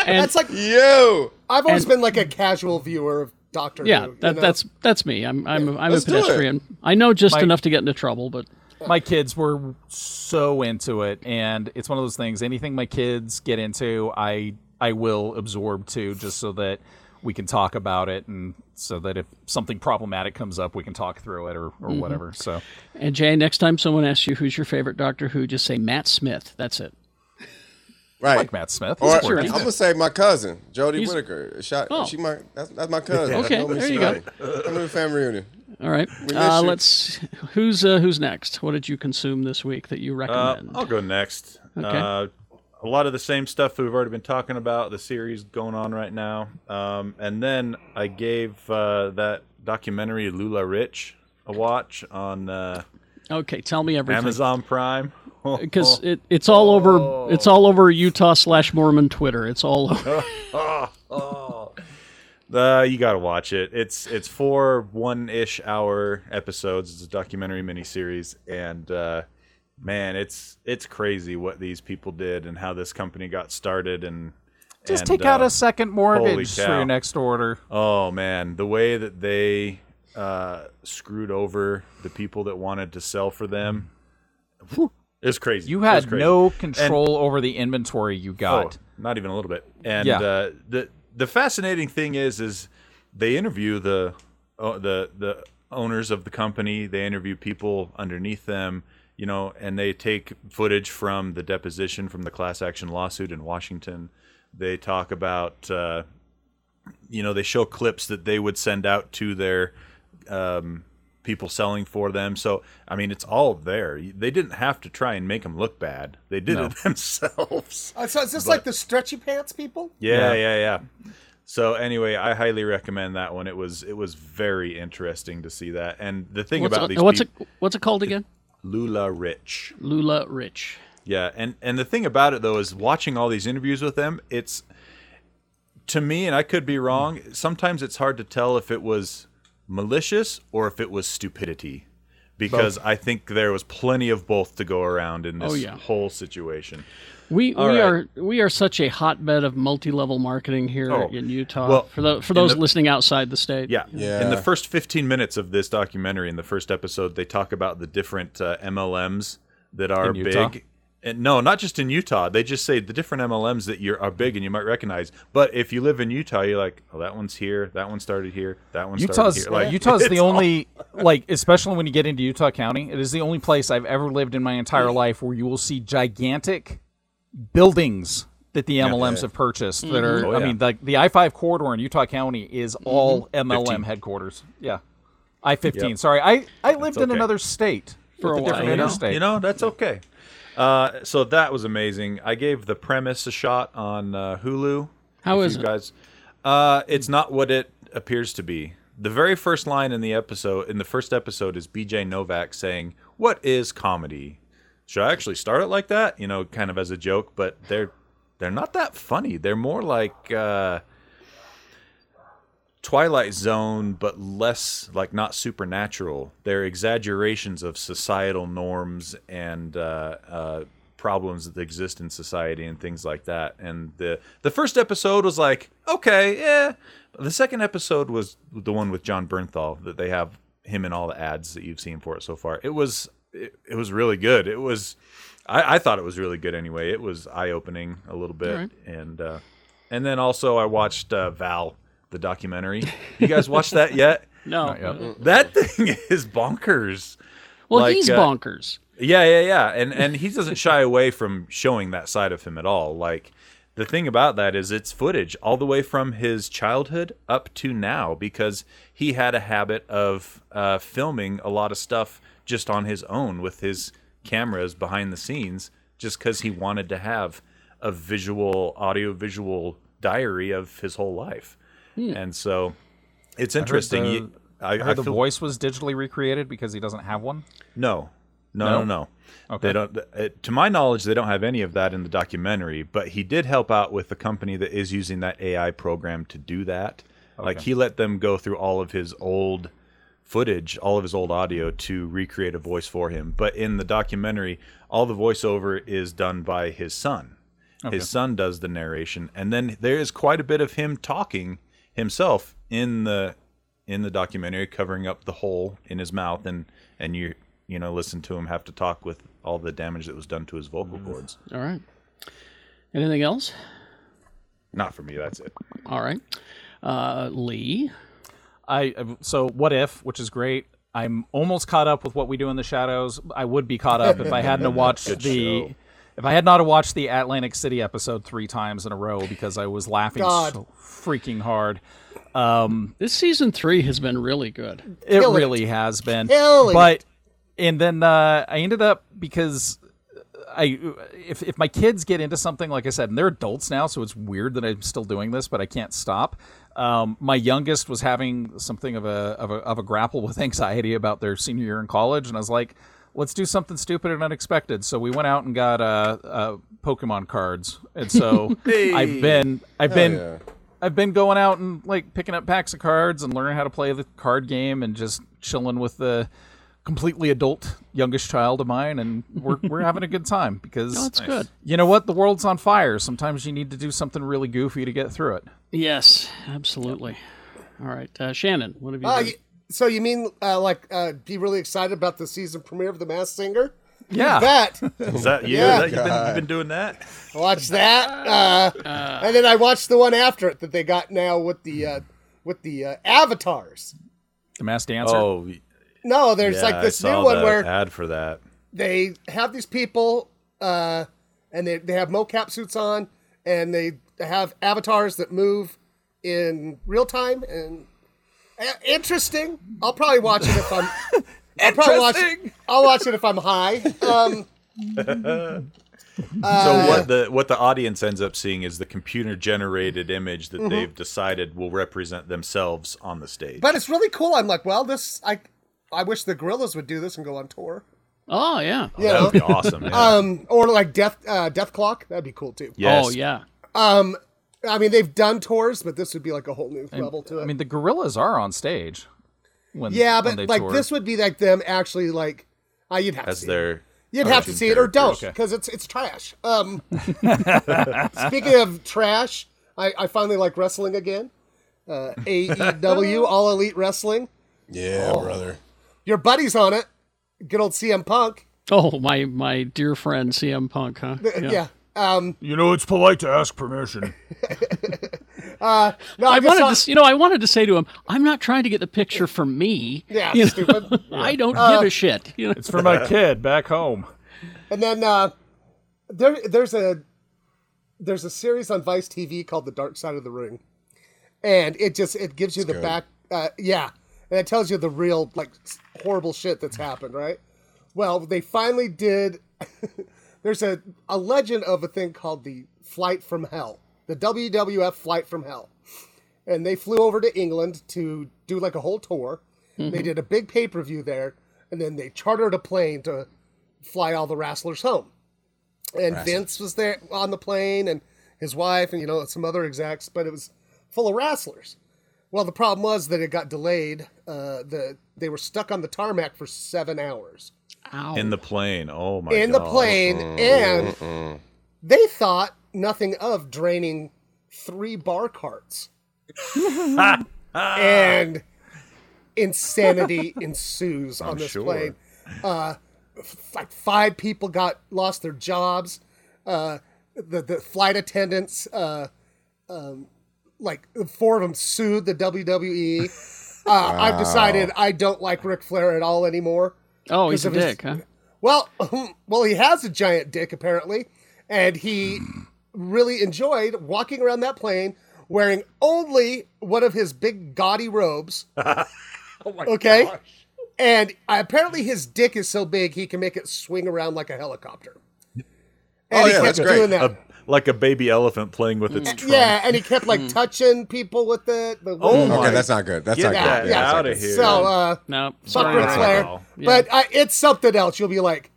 Speaker 5: that's like
Speaker 6: yo.
Speaker 5: I've always
Speaker 2: and-
Speaker 5: been like a casual viewer of Doctor
Speaker 2: Yeah,
Speaker 5: Who. you
Speaker 2: that,
Speaker 5: know?
Speaker 2: that's that's me. I'm I'm I'm a
Speaker 5: Let's do it.
Speaker 2: pedestrian. I know just
Speaker 4: My-
Speaker 2: enough to get into trouble, but
Speaker 4: my kids were so into it and it's one of those things anything my kids get into i i will absorb too just so that we can talk about it and so that if something problematic comes up we can talk through it or, or
Speaker 6: Mm-hmm.
Speaker 2: Mhm.
Speaker 4: whatever so
Speaker 2: and Jay, next time someone asks you who's your favorite Doctor Who, just say Matt Smith. That's it.
Speaker 6: right,
Speaker 4: like Matt Smith.
Speaker 6: Or
Speaker 4: He's
Speaker 6: I'm
Speaker 4: working.
Speaker 6: gonna say my cousin Jodie
Speaker 4: He's-
Speaker 6: Whittaker. Shot,
Speaker 4: Oh.
Speaker 6: she my that's, that's my cousin.
Speaker 2: Okay,
Speaker 6: I've known her
Speaker 2: there you
Speaker 6: since
Speaker 2: go.
Speaker 6: I- Come to a family reunion.
Speaker 2: All right.
Speaker 6: We miss
Speaker 2: Uh,
Speaker 6: you.
Speaker 2: let's who's uh, who's next? What did you consume this week that you
Speaker 3: Uh,
Speaker 2: recommend?
Speaker 3: I'll go next.
Speaker 2: Okay.
Speaker 3: Uh, a lot of the same stuff we've already been talking about, the series going on right now. Um, and then I gave uh, that documentary Lula Rich a watch on uh,
Speaker 2: okay, tell me everything.
Speaker 3: Amazon Prime.
Speaker 2: because it, it's all
Speaker 3: oh.
Speaker 2: over it's all over Utah slash Mormon Twitter. It's all over.
Speaker 3: oh, oh. Uh, you gotta watch it. It's it's four one ish hour episodes. It's a documentary miniseries, and uh, man, it's it's crazy what these people did and how this company got started. And
Speaker 4: just
Speaker 3: and,
Speaker 4: take out
Speaker 3: uh,
Speaker 4: a second
Speaker 3: holy
Speaker 4: mortgage for
Speaker 3: cow.
Speaker 4: your next order
Speaker 3: Oh man, the way that they uh, screwed over the people that wanted to sell for them is crazy.
Speaker 4: you
Speaker 3: It was
Speaker 4: had
Speaker 3: crazy.
Speaker 4: no
Speaker 3: And-
Speaker 4: control over the inventory you got
Speaker 3: Oh, not even a little bit. And
Speaker 4: Yeah.
Speaker 3: uh, the the fascinating thing is is they interview the oh, the the owners of the company. They interview people underneath them, you know, and they take footage from the deposition from the class action lawsuit in Washington. They talk about uh, you know they show clips that they would send out to their um, people selling for them. So I mean, it's all there. They didn't have to try and make them look bad. They did
Speaker 5: No.
Speaker 3: it themselves.
Speaker 5: Uh, so is this
Speaker 3: but-
Speaker 5: like the stretchy pants people?
Speaker 3: Yeah, yeah, yeah. So anyway, I highly recommend that one. It was it was very interesting to see that. And the thing
Speaker 2: what's
Speaker 3: about
Speaker 2: it,
Speaker 3: these
Speaker 2: what's
Speaker 3: people,
Speaker 2: it what's it called again?
Speaker 3: Lula Rich.
Speaker 2: Lula Rich.
Speaker 3: Yeah, and and the thing about it though is watching all these interviews with them, it's to me, and I could be wrong. Sometimes it's hard to tell if it was malicious or if it was stupidity, because
Speaker 2: Both.
Speaker 3: I think there was plenty of both to go around in this
Speaker 2: Oh, yeah.
Speaker 3: whole situation.
Speaker 2: We
Speaker 3: All
Speaker 2: we
Speaker 3: right.
Speaker 2: are we are such a hotbed of multi-level marketing here
Speaker 3: Oh,
Speaker 2: in Utah.
Speaker 3: well,
Speaker 2: for the, for
Speaker 3: in
Speaker 2: those
Speaker 3: the-
Speaker 2: listening outside the state,
Speaker 3: Yeah.
Speaker 2: Yeah.
Speaker 3: In the first 15 minutes of this documentary, in the first episode, they talk about the different uh, MLMs that are
Speaker 4: In Utah?
Speaker 3: big. And no, not just in Utah. They just say the different MLMs that you are big and you might recognize. But if you live in Utah, you're like, oh, that one's here. That one started here. That one
Speaker 4: Utah's
Speaker 3: started here. Like,
Speaker 4: Utah's the
Speaker 3: it's all-
Speaker 4: only like especially when you get into Utah County, it is the only place I've ever lived in my entire
Speaker 3: Mm.
Speaker 4: life where you will see gigantic buildings that the
Speaker 3: Yeah.
Speaker 4: MLMs have purchased that are
Speaker 3: Mhm. Oh,
Speaker 4: I
Speaker 3: yeah. Mm-hmm.
Speaker 4: mean like the I five corridor in Utah County is all MLM
Speaker 3: 15.
Speaker 4: headquarters. Yeah. I fifteen.
Speaker 3: Yep.
Speaker 4: Sorry. I, I lived in
Speaker 3: okay.
Speaker 4: another state.
Speaker 2: For a
Speaker 4: with a different
Speaker 2: while, yeah.
Speaker 4: interstate.
Speaker 3: You know, that's okay. Uh, so that was amazing. I gave the premise a shot on uh, Hulu.
Speaker 2: How
Speaker 3: If
Speaker 2: is
Speaker 3: you
Speaker 2: it?
Speaker 3: guys? Uh, it's not what it appears to be. The very first line in the episode, in the first episode, is B.J. Novak saying, "What is comedy?" Should I actually start it like that? You know, kind of as a joke, but they're they're not that funny. They're more like. Uh, Twilight Zone, but less like not supernatural. They're exaggerations of societal norms and uh, uh, problems that exist in society and things like that. And the the first episode was like, okay, yeah. The second episode was the one with John Bernthal that they have him in all the ads that you've seen for it so far. It was it, it was really good. It was I, I thought it was really good anyway. It was eye opening a little bit
Speaker 2: All right.
Speaker 3: and uh, and then also I watched uh, Val the documentary. You guys watched that yet?
Speaker 2: No.
Speaker 4: Not yet.
Speaker 3: That thing is bonkers.
Speaker 2: Well, he's
Speaker 3: uh,
Speaker 2: bonkers.
Speaker 3: Yeah, yeah, yeah. And and he doesn't shy away from showing that side of him at all. Like the thing about that is it's footage all the way from his childhood up to now because he had a habit of uh, filming a lot of stuff just on his own with his cameras behind the scenes just because he wanted to have a visual audio visual diary of his whole life
Speaker 4: Hmm.
Speaker 3: and so it's
Speaker 4: I heard
Speaker 3: interesting
Speaker 4: the-
Speaker 3: You-
Speaker 4: I heard the
Speaker 3: feel-
Speaker 4: voice was digitally recreated because he doesn't have one.
Speaker 3: no,
Speaker 4: No?
Speaker 3: no, no, no.
Speaker 4: Okay.
Speaker 3: They don't. It, to my knowledge, they don't have any of that in the documentary. But he did help out with the company that is using that AI program to do that. Like
Speaker 4: Okay.
Speaker 3: he let them go through all of his old footage, all of his old audio to recreate a voice for him. But in the documentary, all the voiceover is done by his son.
Speaker 10: Okay.
Speaker 3: His son does the narration, and then there is quite a bit of him talking himself in the in the documentary, covering up the hole in his mouth, and and you you know listen to him have to talk with all the damage that was done to his vocal cords.
Speaker 2: All right. Anything else?
Speaker 3: Not for me. That's it.
Speaker 2: All right. Uh, Lee.
Speaker 4: I um, so what if, which is great. I'm almost caught up with what we do in the shadows. I would be caught up if I hadn't have watched
Speaker 3: Good
Speaker 4: the.
Speaker 3: show.
Speaker 4: If I had not have watched the Atlantic City episode three times in a row because I was laughing
Speaker 2: God.
Speaker 4: so freaking hard, um,
Speaker 2: this season three has been really good.
Speaker 4: It
Speaker 2: Kill it.
Speaker 4: really has been.
Speaker 2: Kill it.
Speaker 4: But and then uh, I ended up because I if if my kids get into something like I said, and they're adults now, so it's weird that I'm still doing this, but I can't stop. Um, my youngest was having something of a of a of a grapple with anxiety about their senior year in college, and I was like. Let's do something stupid and unexpected. So we went out and got uh, uh, Pokemon cards, and so
Speaker 10: Hey.
Speaker 4: I've been I've
Speaker 10: Hell
Speaker 4: been
Speaker 10: yeah.
Speaker 4: I've been going out and like picking up packs of cards and learning how to play the card game and just chilling with the completely adult youngest child of mine and we're we're having a good time because
Speaker 2: No, it's Nice. good.
Speaker 4: You know what? The world's on fire. Sometimes you need to do something really goofy to get through it.
Speaker 2: Yes, absolutely. All right, uh, Shannon. What have you?
Speaker 5: Ah,
Speaker 2: done?
Speaker 5: y- so you mean uh, like uh, be really excited about the season premiere of The Masked Singer?
Speaker 3: Yeah.
Speaker 5: that.
Speaker 3: Is that you?
Speaker 5: Yeah.
Speaker 3: That you've, been, you've been doing that?
Speaker 5: Watch that, uh, and then I watched the one after it that they got now with the uh, with the uh, avatars.
Speaker 4: The mass dancer.
Speaker 3: Oh,
Speaker 5: No, there's
Speaker 3: yeah,
Speaker 5: like
Speaker 3: I
Speaker 5: this new
Speaker 3: saw
Speaker 5: one
Speaker 3: the
Speaker 5: where uh,
Speaker 3: ad for that.
Speaker 5: they have these people uh, and they, they have mocap suits on and they have avatars that move in real time and uh, interesting i'll probably watch it if i'm I'll probably watch it. I'll watch it if I'm high. Um,
Speaker 3: so
Speaker 5: uh,
Speaker 3: what the what the audience ends up seeing is the computer generated image that
Speaker 5: Mhm.
Speaker 3: they've decided will represent themselves on the stage.
Speaker 5: But it's really cool. I'm like, well, this I I wish the Gorillas would do this and go on tour.
Speaker 2: Oh yeah,
Speaker 5: You
Speaker 3: that would
Speaker 5: know?
Speaker 3: be awesome. yeah.
Speaker 5: Um, or like Death uh, Death Clock. That'd be cool too.
Speaker 3: Yes.
Speaker 2: Oh yeah.
Speaker 5: Um, I mean, they've done tours, but this would be like a whole new
Speaker 4: And-
Speaker 5: level to it.
Speaker 4: I mean the gorillas are on stage when
Speaker 5: yeah,
Speaker 4: when
Speaker 5: but
Speaker 4: they
Speaker 5: like
Speaker 4: toured.
Speaker 5: this would be like them actually like uh, you'd have
Speaker 3: As
Speaker 5: to see
Speaker 3: their
Speaker 5: it. you'd have to
Speaker 3: cartoon
Speaker 5: see it or don't
Speaker 3: characters.
Speaker 5: because it's it's trash. Um, speaking of trash, I, I finally like wrestling again. Uh, AEW All Elite Wrestling.
Speaker 6: Yeah, brother.
Speaker 5: Your buddy's on it. Good old CM Punk.
Speaker 2: Oh my my dear friend CM Punk, huh?
Speaker 5: Yeah. Um,
Speaker 4: you know, it's polite to ask permission.
Speaker 5: uh, no,
Speaker 2: I
Speaker 5: I,
Speaker 2: wanted to,
Speaker 5: just
Speaker 2: s- you know, I wanted to say to him, I'm not trying to get the picture for me.
Speaker 5: Yeah,
Speaker 2: You know,
Speaker 5: stupid.
Speaker 2: I don't
Speaker 5: Uh,
Speaker 2: give a shit. You know?
Speaker 4: It's for my kid back home.
Speaker 5: saw- and then uh, there there's a there's a series on Vice TV called The Dark Side of the Ring, and it just it gives you the
Speaker 6: good.
Speaker 5: back uh, yeah, and it tells you the real like s- horrible shit that's happened, right? Well, they finally did. there's a a legend of a thing called the Flight from Hell, the WWF Flight from Hell, and they flew over to England to do like a whole tour. They
Speaker 15: Mhm.
Speaker 5: did a big pay per view there, and then they chartered a plane to fly all the wrestlers home. And
Speaker 15: Wrestlers.
Speaker 5: Vince was there on the plane, and his wife, and you know some other execs, but it was full of wrestlers. Well, the problem was that it got delayed. Uh, the they were stuck on the tarmac for seven hours.
Speaker 3: in the plane. Oh my!
Speaker 5: In the
Speaker 3: God.
Speaker 5: plane,
Speaker 3: Mm,
Speaker 5: and-
Speaker 3: mm,
Speaker 5: They thought nothing of draining three bar carts.
Speaker 3: mm.
Speaker 5: and insanity ensues on
Speaker 3: I'm
Speaker 5: this
Speaker 3: sure.
Speaker 5: plane. Uh, f- like five people got lost their jobs. Uh, the the flight attendants, uh, um, like four of them sued the WWE. Uh, I've decided I don't like Ric Flair at all anymore.
Speaker 2: Oh, he's
Speaker 5: 'Cause
Speaker 2: a
Speaker 5: of his-
Speaker 2: dick, huh?
Speaker 5: Well, well, he has a giant dick apparently, and he really enjoyed walking around that plane wearing only one of his big gaudy robes.
Speaker 3: Oh
Speaker 5: okay, and uh, apparently his dick is so big he can make it swing around like a helicopter.
Speaker 3: Oh,
Speaker 5: And he kept doing that.
Speaker 3: A- like a baby elephant playing with its
Speaker 5: Mm,
Speaker 3: trunk.
Speaker 5: Yeah, and he kept like touching people with it. The
Speaker 3: Oh my!
Speaker 6: that's not good. That's not
Speaker 3: Get
Speaker 6: good.
Speaker 3: that
Speaker 6: Yeah, that's
Speaker 3: out
Speaker 6: not
Speaker 3: of
Speaker 6: good.
Speaker 3: here.
Speaker 5: So, uh,
Speaker 2: no,
Speaker 5: fuck Ric Flair. But uh, it's something else. You'll be like,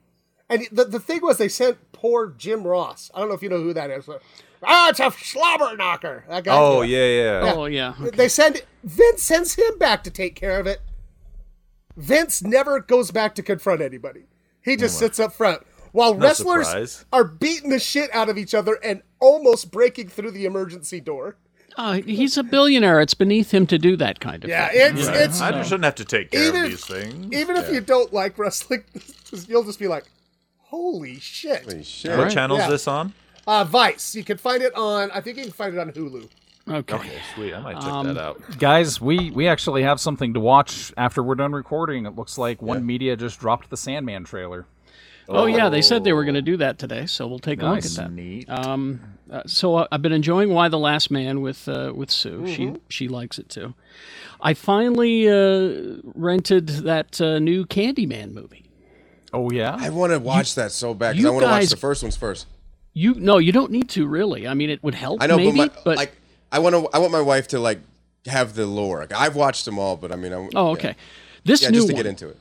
Speaker 5: and the, the thing was, they sent poor Jim Ross. I don't know if you know who that is. But, ah, it's a slobber knocker. That guy.
Speaker 3: oh yeah, yeah.
Speaker 2: Oh yeah.
Speaker 5: They send Vince sends him back to take care of it. Vince never goes back to confront anybody. He just sits up front while
Speaker 3: Oh, No
Speaker 5: wrestlers
Speaker 3: surprise.
Speaker 5: are beating the shit out of each other and almost breaking through the emergency door.
Speaker 2: Oh, he's a billionaire. It's beneath him to do that kind of
Speaker 5: Yeah,
Speaker 2: thing.
Speaker 5: it's- it's-
Speaker 3: I just don't have to take care
Speaker 5: Even-
Speaker 3: of these things.
Speaker 5: Even if
Speaker 3: Yeah.
Speaker 5: you don't like wrestling, you'll just be like, "Holy shit!"
Speaker 6: shit.
Speaker 3: What channel's
Speaker 5: Yeah.
Speaker 3: this on?
Speaker 5: Uh, Vice. You can find it on. I think you can find it on Hulu.
Speaker 2: Okay.
Speaker 3: sweet. I might check
Speaker 2: Um,
Speaker 3: that out.
Speaker 4: Guys, we we actually have something to watch after we're done recording. It looks like One Media just dropped the Sandman trailer.
Speaker 2: Oh yeah, they said they were going to do that today, so we'll take
Speaker 4: Nice.
Speaker 2: a look at that. Um, uh, so I- I've been enjoying Why the Last Man with uh, with Sue. She
Speaker 6: Mm-hmm.
Speaker 2: she likes it too. I finally uh, rented that uh, new Candyman movie.
Speaker 4: Oh yeah.
Speaker 6: I want to watch that so bad because
Speaker 2: you
Speaker 6: I want to watch
Speaker 2: guys-
Speaker 6: the first ones first.
Speaker 2: You no, you don't need to really. I mean, it would help.
Speaker 6: I know,
Speaker 2: maybe,
Speaker 6: but, my, like, I want to. I want my wife to like have the lore. Like, I've watched them all, but I mean, I,
Speaker 2: oh okay. This
Speaker 6: yeah,
Speaker 2: new
Speaker 6: just to
Speaker 2: one,
Speaker 6: get into it.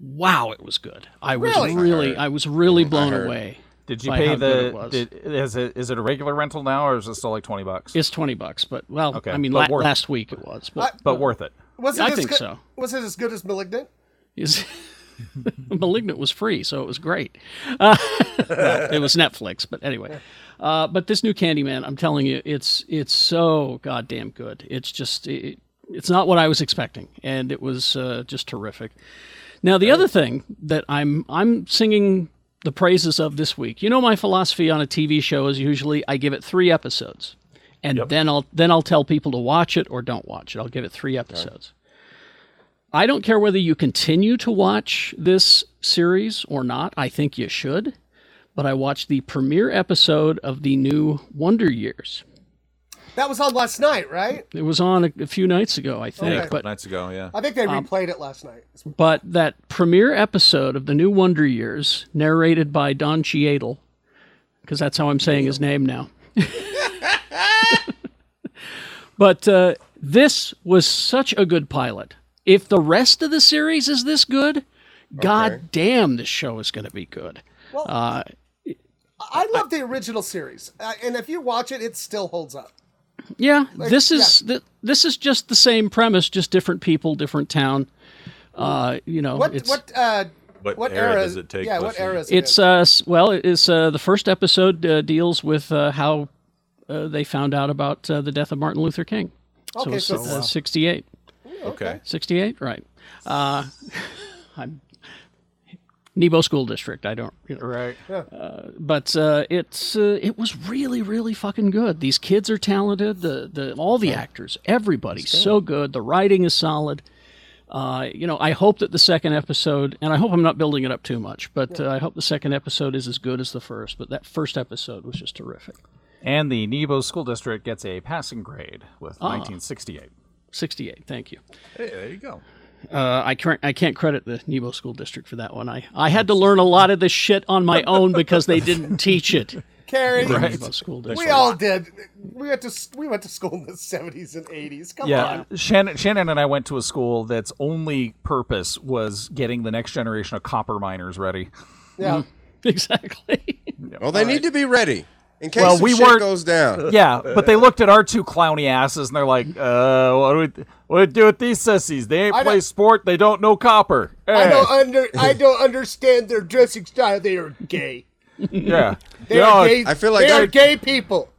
Speaker 2: wow, it was good. I was
Speaker 5: Really? I
Speaker 2: really, I was really blown
Speaker 6: heard.
Speaker 2: away.
Speaker 4: Did you
Speaker 2: by
Speaker 4: pay
Speaker 2: how good it
Speaker 4: the?
Speaker 2: was.
Speaker 4: Did, is it is it a regular rental now, or is it still like twenty bucks?
Speaker 2: It's twenty bucks, but well,
Speaker 4: Okay,
Speaker 2: I mean, la-
Speaker 4: but worth it.
Speaker 2: last week it was, but,
Speaker 4: but worth it.
Speaker 5: Was it
Speaker 2: I
Speaker 5: as
Speaker 2: think
Speaker 5: good,
Speaker 2: so.
Speaker 5: Was it as good as Malignant?
Speaker 2: is Malignant was free, so it was great. Uh, well, it was Netflix, but anyway. Uh, but this new Candyman, I'm telling you, it's it's so goddamn good. It's just it, it's not what I was expecting, and it was uh, just terrific. Now the other thing that I'm I'm singing the praises of this week. You know my philosophy on a TV show is usually I give it three episodes, and then I'll then I'll tell people to watch it or don't watch it. I'll give it three episodes. I don't care whether you continue to watch this series or not. I think you should. But I watched the premiere episode of the new Wonder Years.
Speaker 5: That was on last night, right?
Speaker 2: It was on a, a few nights ago, I think.
Speaker 3: Yeah, a couple
Speaker 2: But
Speaker 3: nights ago, yeah.
Speaker 5: I think they
Speaker 2: Um,
Speaker 5: replayed it last night.
Speaker 2: but that premiere episode of the new Wonder Years, narrated by Don Cheadle, because that's how I'm saying his name now. but uh, this was such a good pilot. If the rest of the series is this good, god damn, this show is going to be good.
Speaker 5: Well-
Speaker 2: uh,
Speaker 5: I love the original series, uh, and if you watch it, it still holds up.
Speaker 2: yeah, this
Speaker 5: yeah.
Speaker 2: is th- this is just the same premise, just different people, different town. Uh, you know,
Speaker 5: What
Speaker 2: it's,
Speaker 5: what uh,
Speaker 3: What
Speaker 5: what
Speaker 3: era
Speaker 5: era
Speaker 3: does it take
Speaker 5: Yeah, what
Speaker 3: place in?
Speaker 5: era is it?
Speaker 2: It's uh s- well, it's uh, the first episode uh, deals with uh, how uh, they found out about uh, the death of Martin Luther King. so
Speaker 5: Okay,
Speaker 2: it's
Speaker 5: so
Speaker 2: uh,
Speaker 5: it's- Wow.
Speaker 2: 68.
Speaker 3: Okay.
Speaker 2: 68, right. Uh, I'm Nebo School District. I don't you know.
Speaker 4: Right.
Speaker 2: but uh, it's uh, it was really really fucking good. These kids are talented. The the all the actors, everybody's so good. The writing is solid. Uh, you know, I hope that the second episode, and I hope I'm not building it up too much, but uh, I hope the second episode is as good as the first. But that first episode was just terrific.
Speaker 4: And the Nebo School District gets a passing grade with
Speaker 2: Ah.
Speaker 4: 1968.
Speaker 2: 68, thank you.
Speaker 3: Hey, there you go.
Speaker 2: Uh, I can't I can't credit the Nebo School District for that one. I, I had to learn a lot of this shit on my own because they didn't teach it. in
Speaker 5: Carrie.
Speaker 2: the Nebo School District.
Speaker 5: We all did. We went to s- we went to school in the seventies and eighties. Come
Speaker 4: Yeah,
Speaker 2: Ah.
Speaker 5: on.
Speaker 4: Shannon, Shannon and I went to a school that's only purpose was getting the next generation of copper miners ready.
Speaker 5: Yeah.
Speaker 2: Mm-hmm. Exactly.
Speaker 6: Well, they need to be ready in case
Speaker 4: Well,
Speaker 6: some
Speaker 4: we
Speaker 6: shit
Speaker 4: weren't-
Speaker 6: goes down.
Speaker 4: Yeah, but they looked at our two clowny asses and they're like, uh, what do we, what do, we do with these sissies? They ain't
Speaker 5: I
Speaker 4: play
Speaker 5: don't-
Speaker 4: sport, they don't know copper.
Speaker 5: I
Speaker 4: Eh,
Speaker 5: don't under I don't understand their dressing style. They are gay.
Speaker 4: yeah.
Speaker 5: They are gay.
Speaker 6: I feel like
Speaker 5: they are
Speaker 6: I-
Speaker 5: gay people.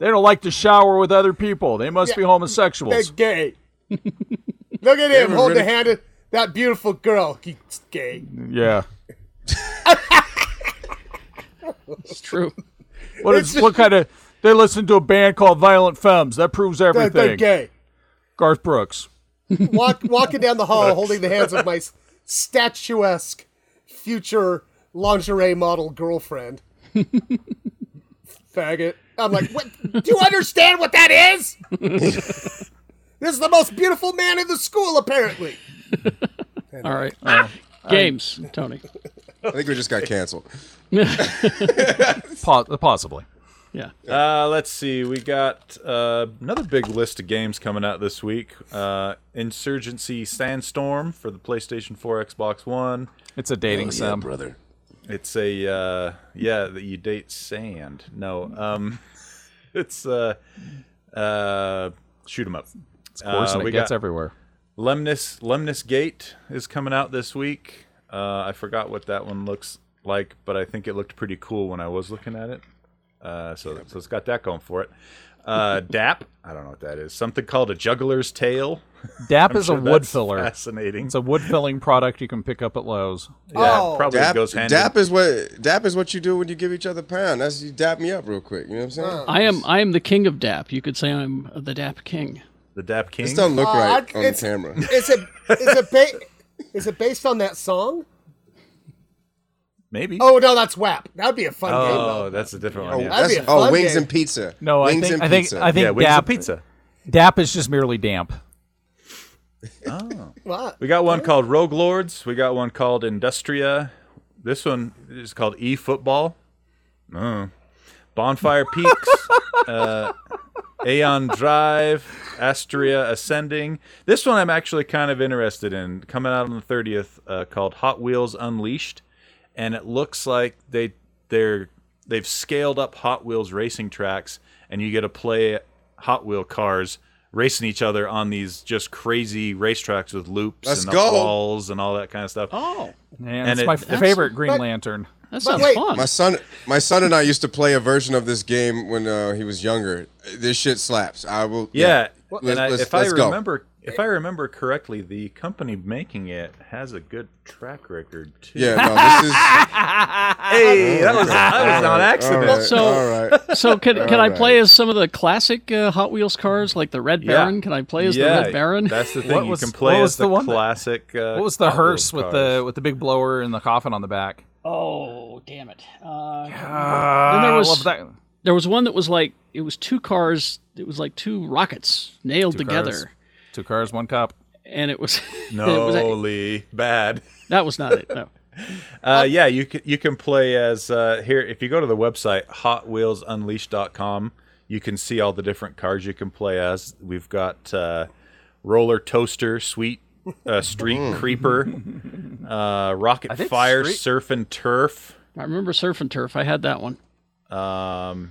Speaker 4: They don't like to shower with other people. They must
Speaker 5: Yeah.
Speaker 4: be homosexuals.
Speaker 5: They're gay. Look at him holding
Speaker 6: were really-
Speaker 5: the hand of that beautiful girl. He's gay.
Speaker 4: yeah.
Speaker 2: It's true.
Speaker 4: What is what kind of they listen to a band called Violent Femmes. That proves
Speaker 5: They're,
Speaker 4: everything.
Speaker 5: they're gay.
Speaker 4: Garth Brooks.
Speaker 5: Walk, walking down the hall holding the hands of my s- statuesque future lingerie model girlfriend. Faggot. I'm like, what? do you understand what that is? this is the most beautiful man in the school, apparently.
Speaker 2: All right.
Speaker 5: Oh.
Speaker 2: Games, Tony.
Speaker 6: I think we just got canceled.
Speaker 4: Po- possibly.
Speaker 2: Yeah.
Speaker 3: Uh, let's see. We got uh, another big list of games coming out this week. Uh, Insurgency Sandstorm for the PlayStation 4, Xbox One.
Speaker 4: It's a dating Oh, yeah, sim. brother.
Speaker 3: It's a uh, yeah that you date sand. No, um, it's uh, uh, shoot 'em up. It's
Speaker 4: coarse and it gets everywhere.
Speaker 3: Lemnis Lemnis Gate is coming out this week. Uh, I forgot what that one looks like, but I think it looked pretty cool when I was looking at it. Uh, so, so it's got that going for it. Uh, DAP, I don't know what that is. Something called a juggler's tail.
Speaker 4: DAP
Speaker 3: I'm
Speaker 4: is
Speaker 3: sure
Speaker 4: a wood
Speaker 3: that's
Speaker 4: filler.
Speaker 3: Fascinating.
Speaker 4: It's a wood filling product you can pick up at Lowe's.
Speaker 3: Yeah, it probably
Speaker 6: dap,
Speaker 3: goes hand
Speaker 6: dap is what dap is what you do when you give each other pound. That's you dap me up real quick. You know what I'm saying?
Speaker 2: I am I am the king of DAP. You could say I'm the DAP king.
Speaker 3: The DAP king.
Speaker 6: This don't look
Speaker 5: Uh,
Speaker 6: right
Speaker 5: I-
Speaker 6: on
Speaker 5: it's-
Speaker 6: camera.
Speaker 5: Is it is it ba- is it based on that song?
Speaker 3: Maybe.
Speaker 5: Oh no, that's WAP. That'd be a fun game.
Speaker 3: oh,
Speaker 5: though.
Speaker 3: that's a different
Speaker 5: Oh,
Speaker 3: one. Yeah.
Speaker 5: that'd be a fun game.
Speaker 6: pizza.
Speaker 4: No, I
Speaker 6: Wings
Speaker 4: think
Speaker 6: and
Speaker 4: I think
Speaker 6: pizza.
Speaker 4: I think
Speaker 3: Yeah, wings and
Speaker 4: DAP
Speaker 3: pizza.
Speaker 4: DAP is just merely damp.
Speaker 5: What?
Speaker 3: We got one called Rogue Lords. We got one called Industria. This one is called E Football. Mm. Bonfire Peaks. uh, Aeon Drive. Astria Ascending. This one I'm actually kind of interested in. Coming out on the 30th, uh, called Hot Wheels Unleashed, and it looks like they they're they've scaled up Hot Wheels racing tracks, and you get to play Hot Wheel cars racing each other on these just crazy racetracks with loops
Speaker 6: Let's
Speaker 3: and
Speaker 6: go.
Speaker 3: up walls and all that kind of stuff.
Speaker 2: Oh,
Speaker 4: And, it's my favorite Green Lantern.
Speaker 2: That
Speaker 5: sounds wait. fun.
Speaker 6: My son, my son and I used to play a version of this game when uh, he was younger. This shit slaps. I will.
Speaker 3: Yeah,
Speaker 6: Let's-
Speaker 3: and I,
Speaker 6: let's-
Speaker 3: if I
Speaker 6: let's go.
Speaker 3: remember, if I remember correctly, the company making it has a good track record too.
Speaker 6: Yeah, no, this is.
Speaker 3: hey, that was that was
Speaker 6: All
Speaker 3: on
Speaker 6: right,
Speaker 3: accident.
Speaker 6: all right,
Speaker 2: So-
Speaker 6: all right.
Speaker 2: So can can I
Speaker 6: Alright.
Speaker 2: play as some of the classic uh, Hot Wheels cars, like the Red
Speaker 3: Yeah.
Speaker 2: Baron? Can I play as
Speaker 3: Yeah,
Speaker 2: the Red Baron?
Speaker 3: That's the
Speaker 4: What
Speaker 3: thing.
Speaker 4: was-
Speaker 3: you can
Speaker 4: what
Speaker 3: play
Speaker 4: was
Speaker 3: as the,
Speaker 4: the one that-
Speaker 3: classic. Uh,
Speaker 4: What was the
Speaker 3: Hot Wheels
Speaker 4: hearse with
Speaker 3: cars.
Speaker 4: the with the big blower and the coffin on the back?
Speaker 2: Oh, damn it! Uh,
Speaker 4: Ah,
Speaker 2: then there
Speaker 4: I
Speaker 2: was
Speaker 4: love that.
Speaker 2: there was one that was like it was two cars. It was like two rockets nailed
Speaker 4: Two
Speaker 2: together,
Speaker 4: cars. Two cars, one cup.
Speaker 2: and it was
Speaker 3: No,
Speaker 2: it was,
Speaker 3: Lee, bad.
Speaker 2: that was not it. No.
Speaker 5: Oh.
Speaker 3: Uh, yeah, you can you can play as uh, here if you go to the website hotwheelsunleashed.com, you can see all the different cars you can play as. We've got uh, roller toaster, sweet uh,
Speaker 5: Mm-hmm.
Speaker 3: street creeper, uh, rocket
Speaker 2: I think
Speaker 3: fire,
Speaker 2: Street-
Speaker 3: surf and turf,
Speaker 2: I remember Surf and Turf. I had that one.
Speaker 3: um,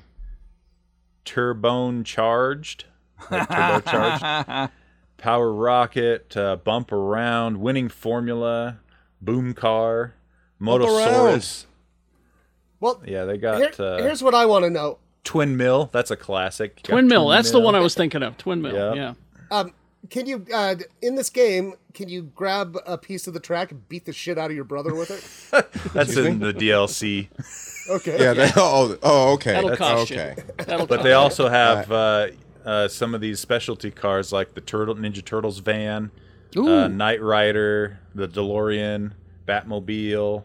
Speaker 3: turbone charged, like turbocharged, power rocket, uh, bump around, winning formula, boom car,
Speaker 5: Bump around.
Speaker 3: motosaurus.
Speaker 5: Well,
Speaker 3: Yeah, they
Speaker 5: here-
Speaker 3: got uh,
Speaker 5: here's what I want to know.
Speaker 3: Twin Mill. That's a classic. You got
Speaker 2: Twin Mill. That's the
Speaker 3: Mill.
Speaker 2: one I was thinking of. Twin Mill.
Speaker 3: Yep.
Speaker 2: Yeah.
Speaker 5: Um, can you uh, in this game? Can you grab a piece of the track and beat the shit out of your brother with it?
Speaker 3: That's in the DLC.
Speaker 5: Okay.
Speaker 6: Yeah. That, oh, oh, okay.
Speaker 2: That'll
Speaker 6: That's-
Speaker 2: cost you.
Speaker 6: okay.
Speaker 2: That'll
Speaker 3: But
Speaker 2: cost
Speaker 3: they
Speaker 2: you.
Speaker 3: also have uh, uh, some of these specialty cars, like the Turtle Ninja Turtles van, uh,
Speaker 2: Ooh.
Speaker 3: Knight Rider, the DeLorean, Batmobile.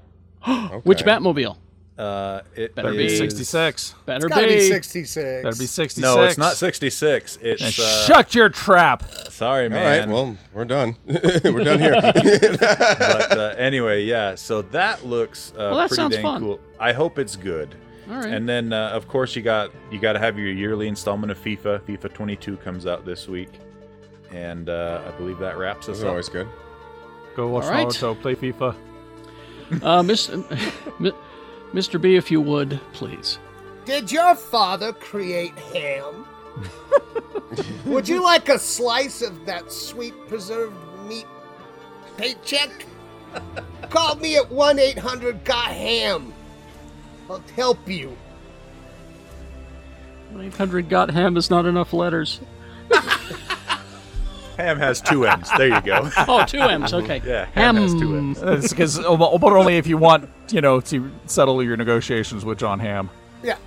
Speaker 2: Which Batmobile?
Speaker 3: Uh, it
Speaker 2: Better be
Speaker 3: is-
Speaker 4: 66.
Speaker 2: Better
Speaker 5: It's gotta be
Speaker 2: be.
Speaker 5: sixty six.
Speaker 4: That'd be 66.
Speaker 3: No, it's not 66. It's
Speaker 4: And
Speaker 3: uh,
Speaker 4: Shut your trap.
Speaker 3: Sorry,
Speaker 6: All right.
Speaker 3: man.
Speaker 6: Well, we're done. we're done here.
Speaker 3: but uh, anyway, yeah. So that looks uh,
Speaker 2: that
Speaker 3: pretty
Speaker 2: sounds
Speaker 3: dang
Speaker 2: fun.
Speaker 3: cool. I hope it's good.
Speaker 2: All right.
Speaker 3: And then, uh, of course, you got you got to have your yearly installment of FIFA. FIFA 22 comes out this week, and uh, I believe that wraps us
Speaker 6: That's
Speaker 3: up.
Speaker 6: always good.
Speaker 4: Go watch
Speaker 2: All right.
Speaker 4: Naruto, play FIFA.
Speaker 2: Uh, Miss, Mi- Mr. B, if you would, please.
Speaker 5: Did your father create ham? Would you like a slice of that sweet preserved meat paycheck? Call me at 1 800 Got Ham. I'll help you.
Speaker 2: 800 got ham is not enough letters.
Speaker 3: Ham has two M's. There you go.
Speaker 2: Oh, two M's. Okay.
Speaker 3: Yeah, ham has two
Speaker 2: Ham.
Speaker 3: M's.
Speaker 4: That's because, but only if you want, you know, to settle your negotiations with John Ham.
Speaker 5: Yeah.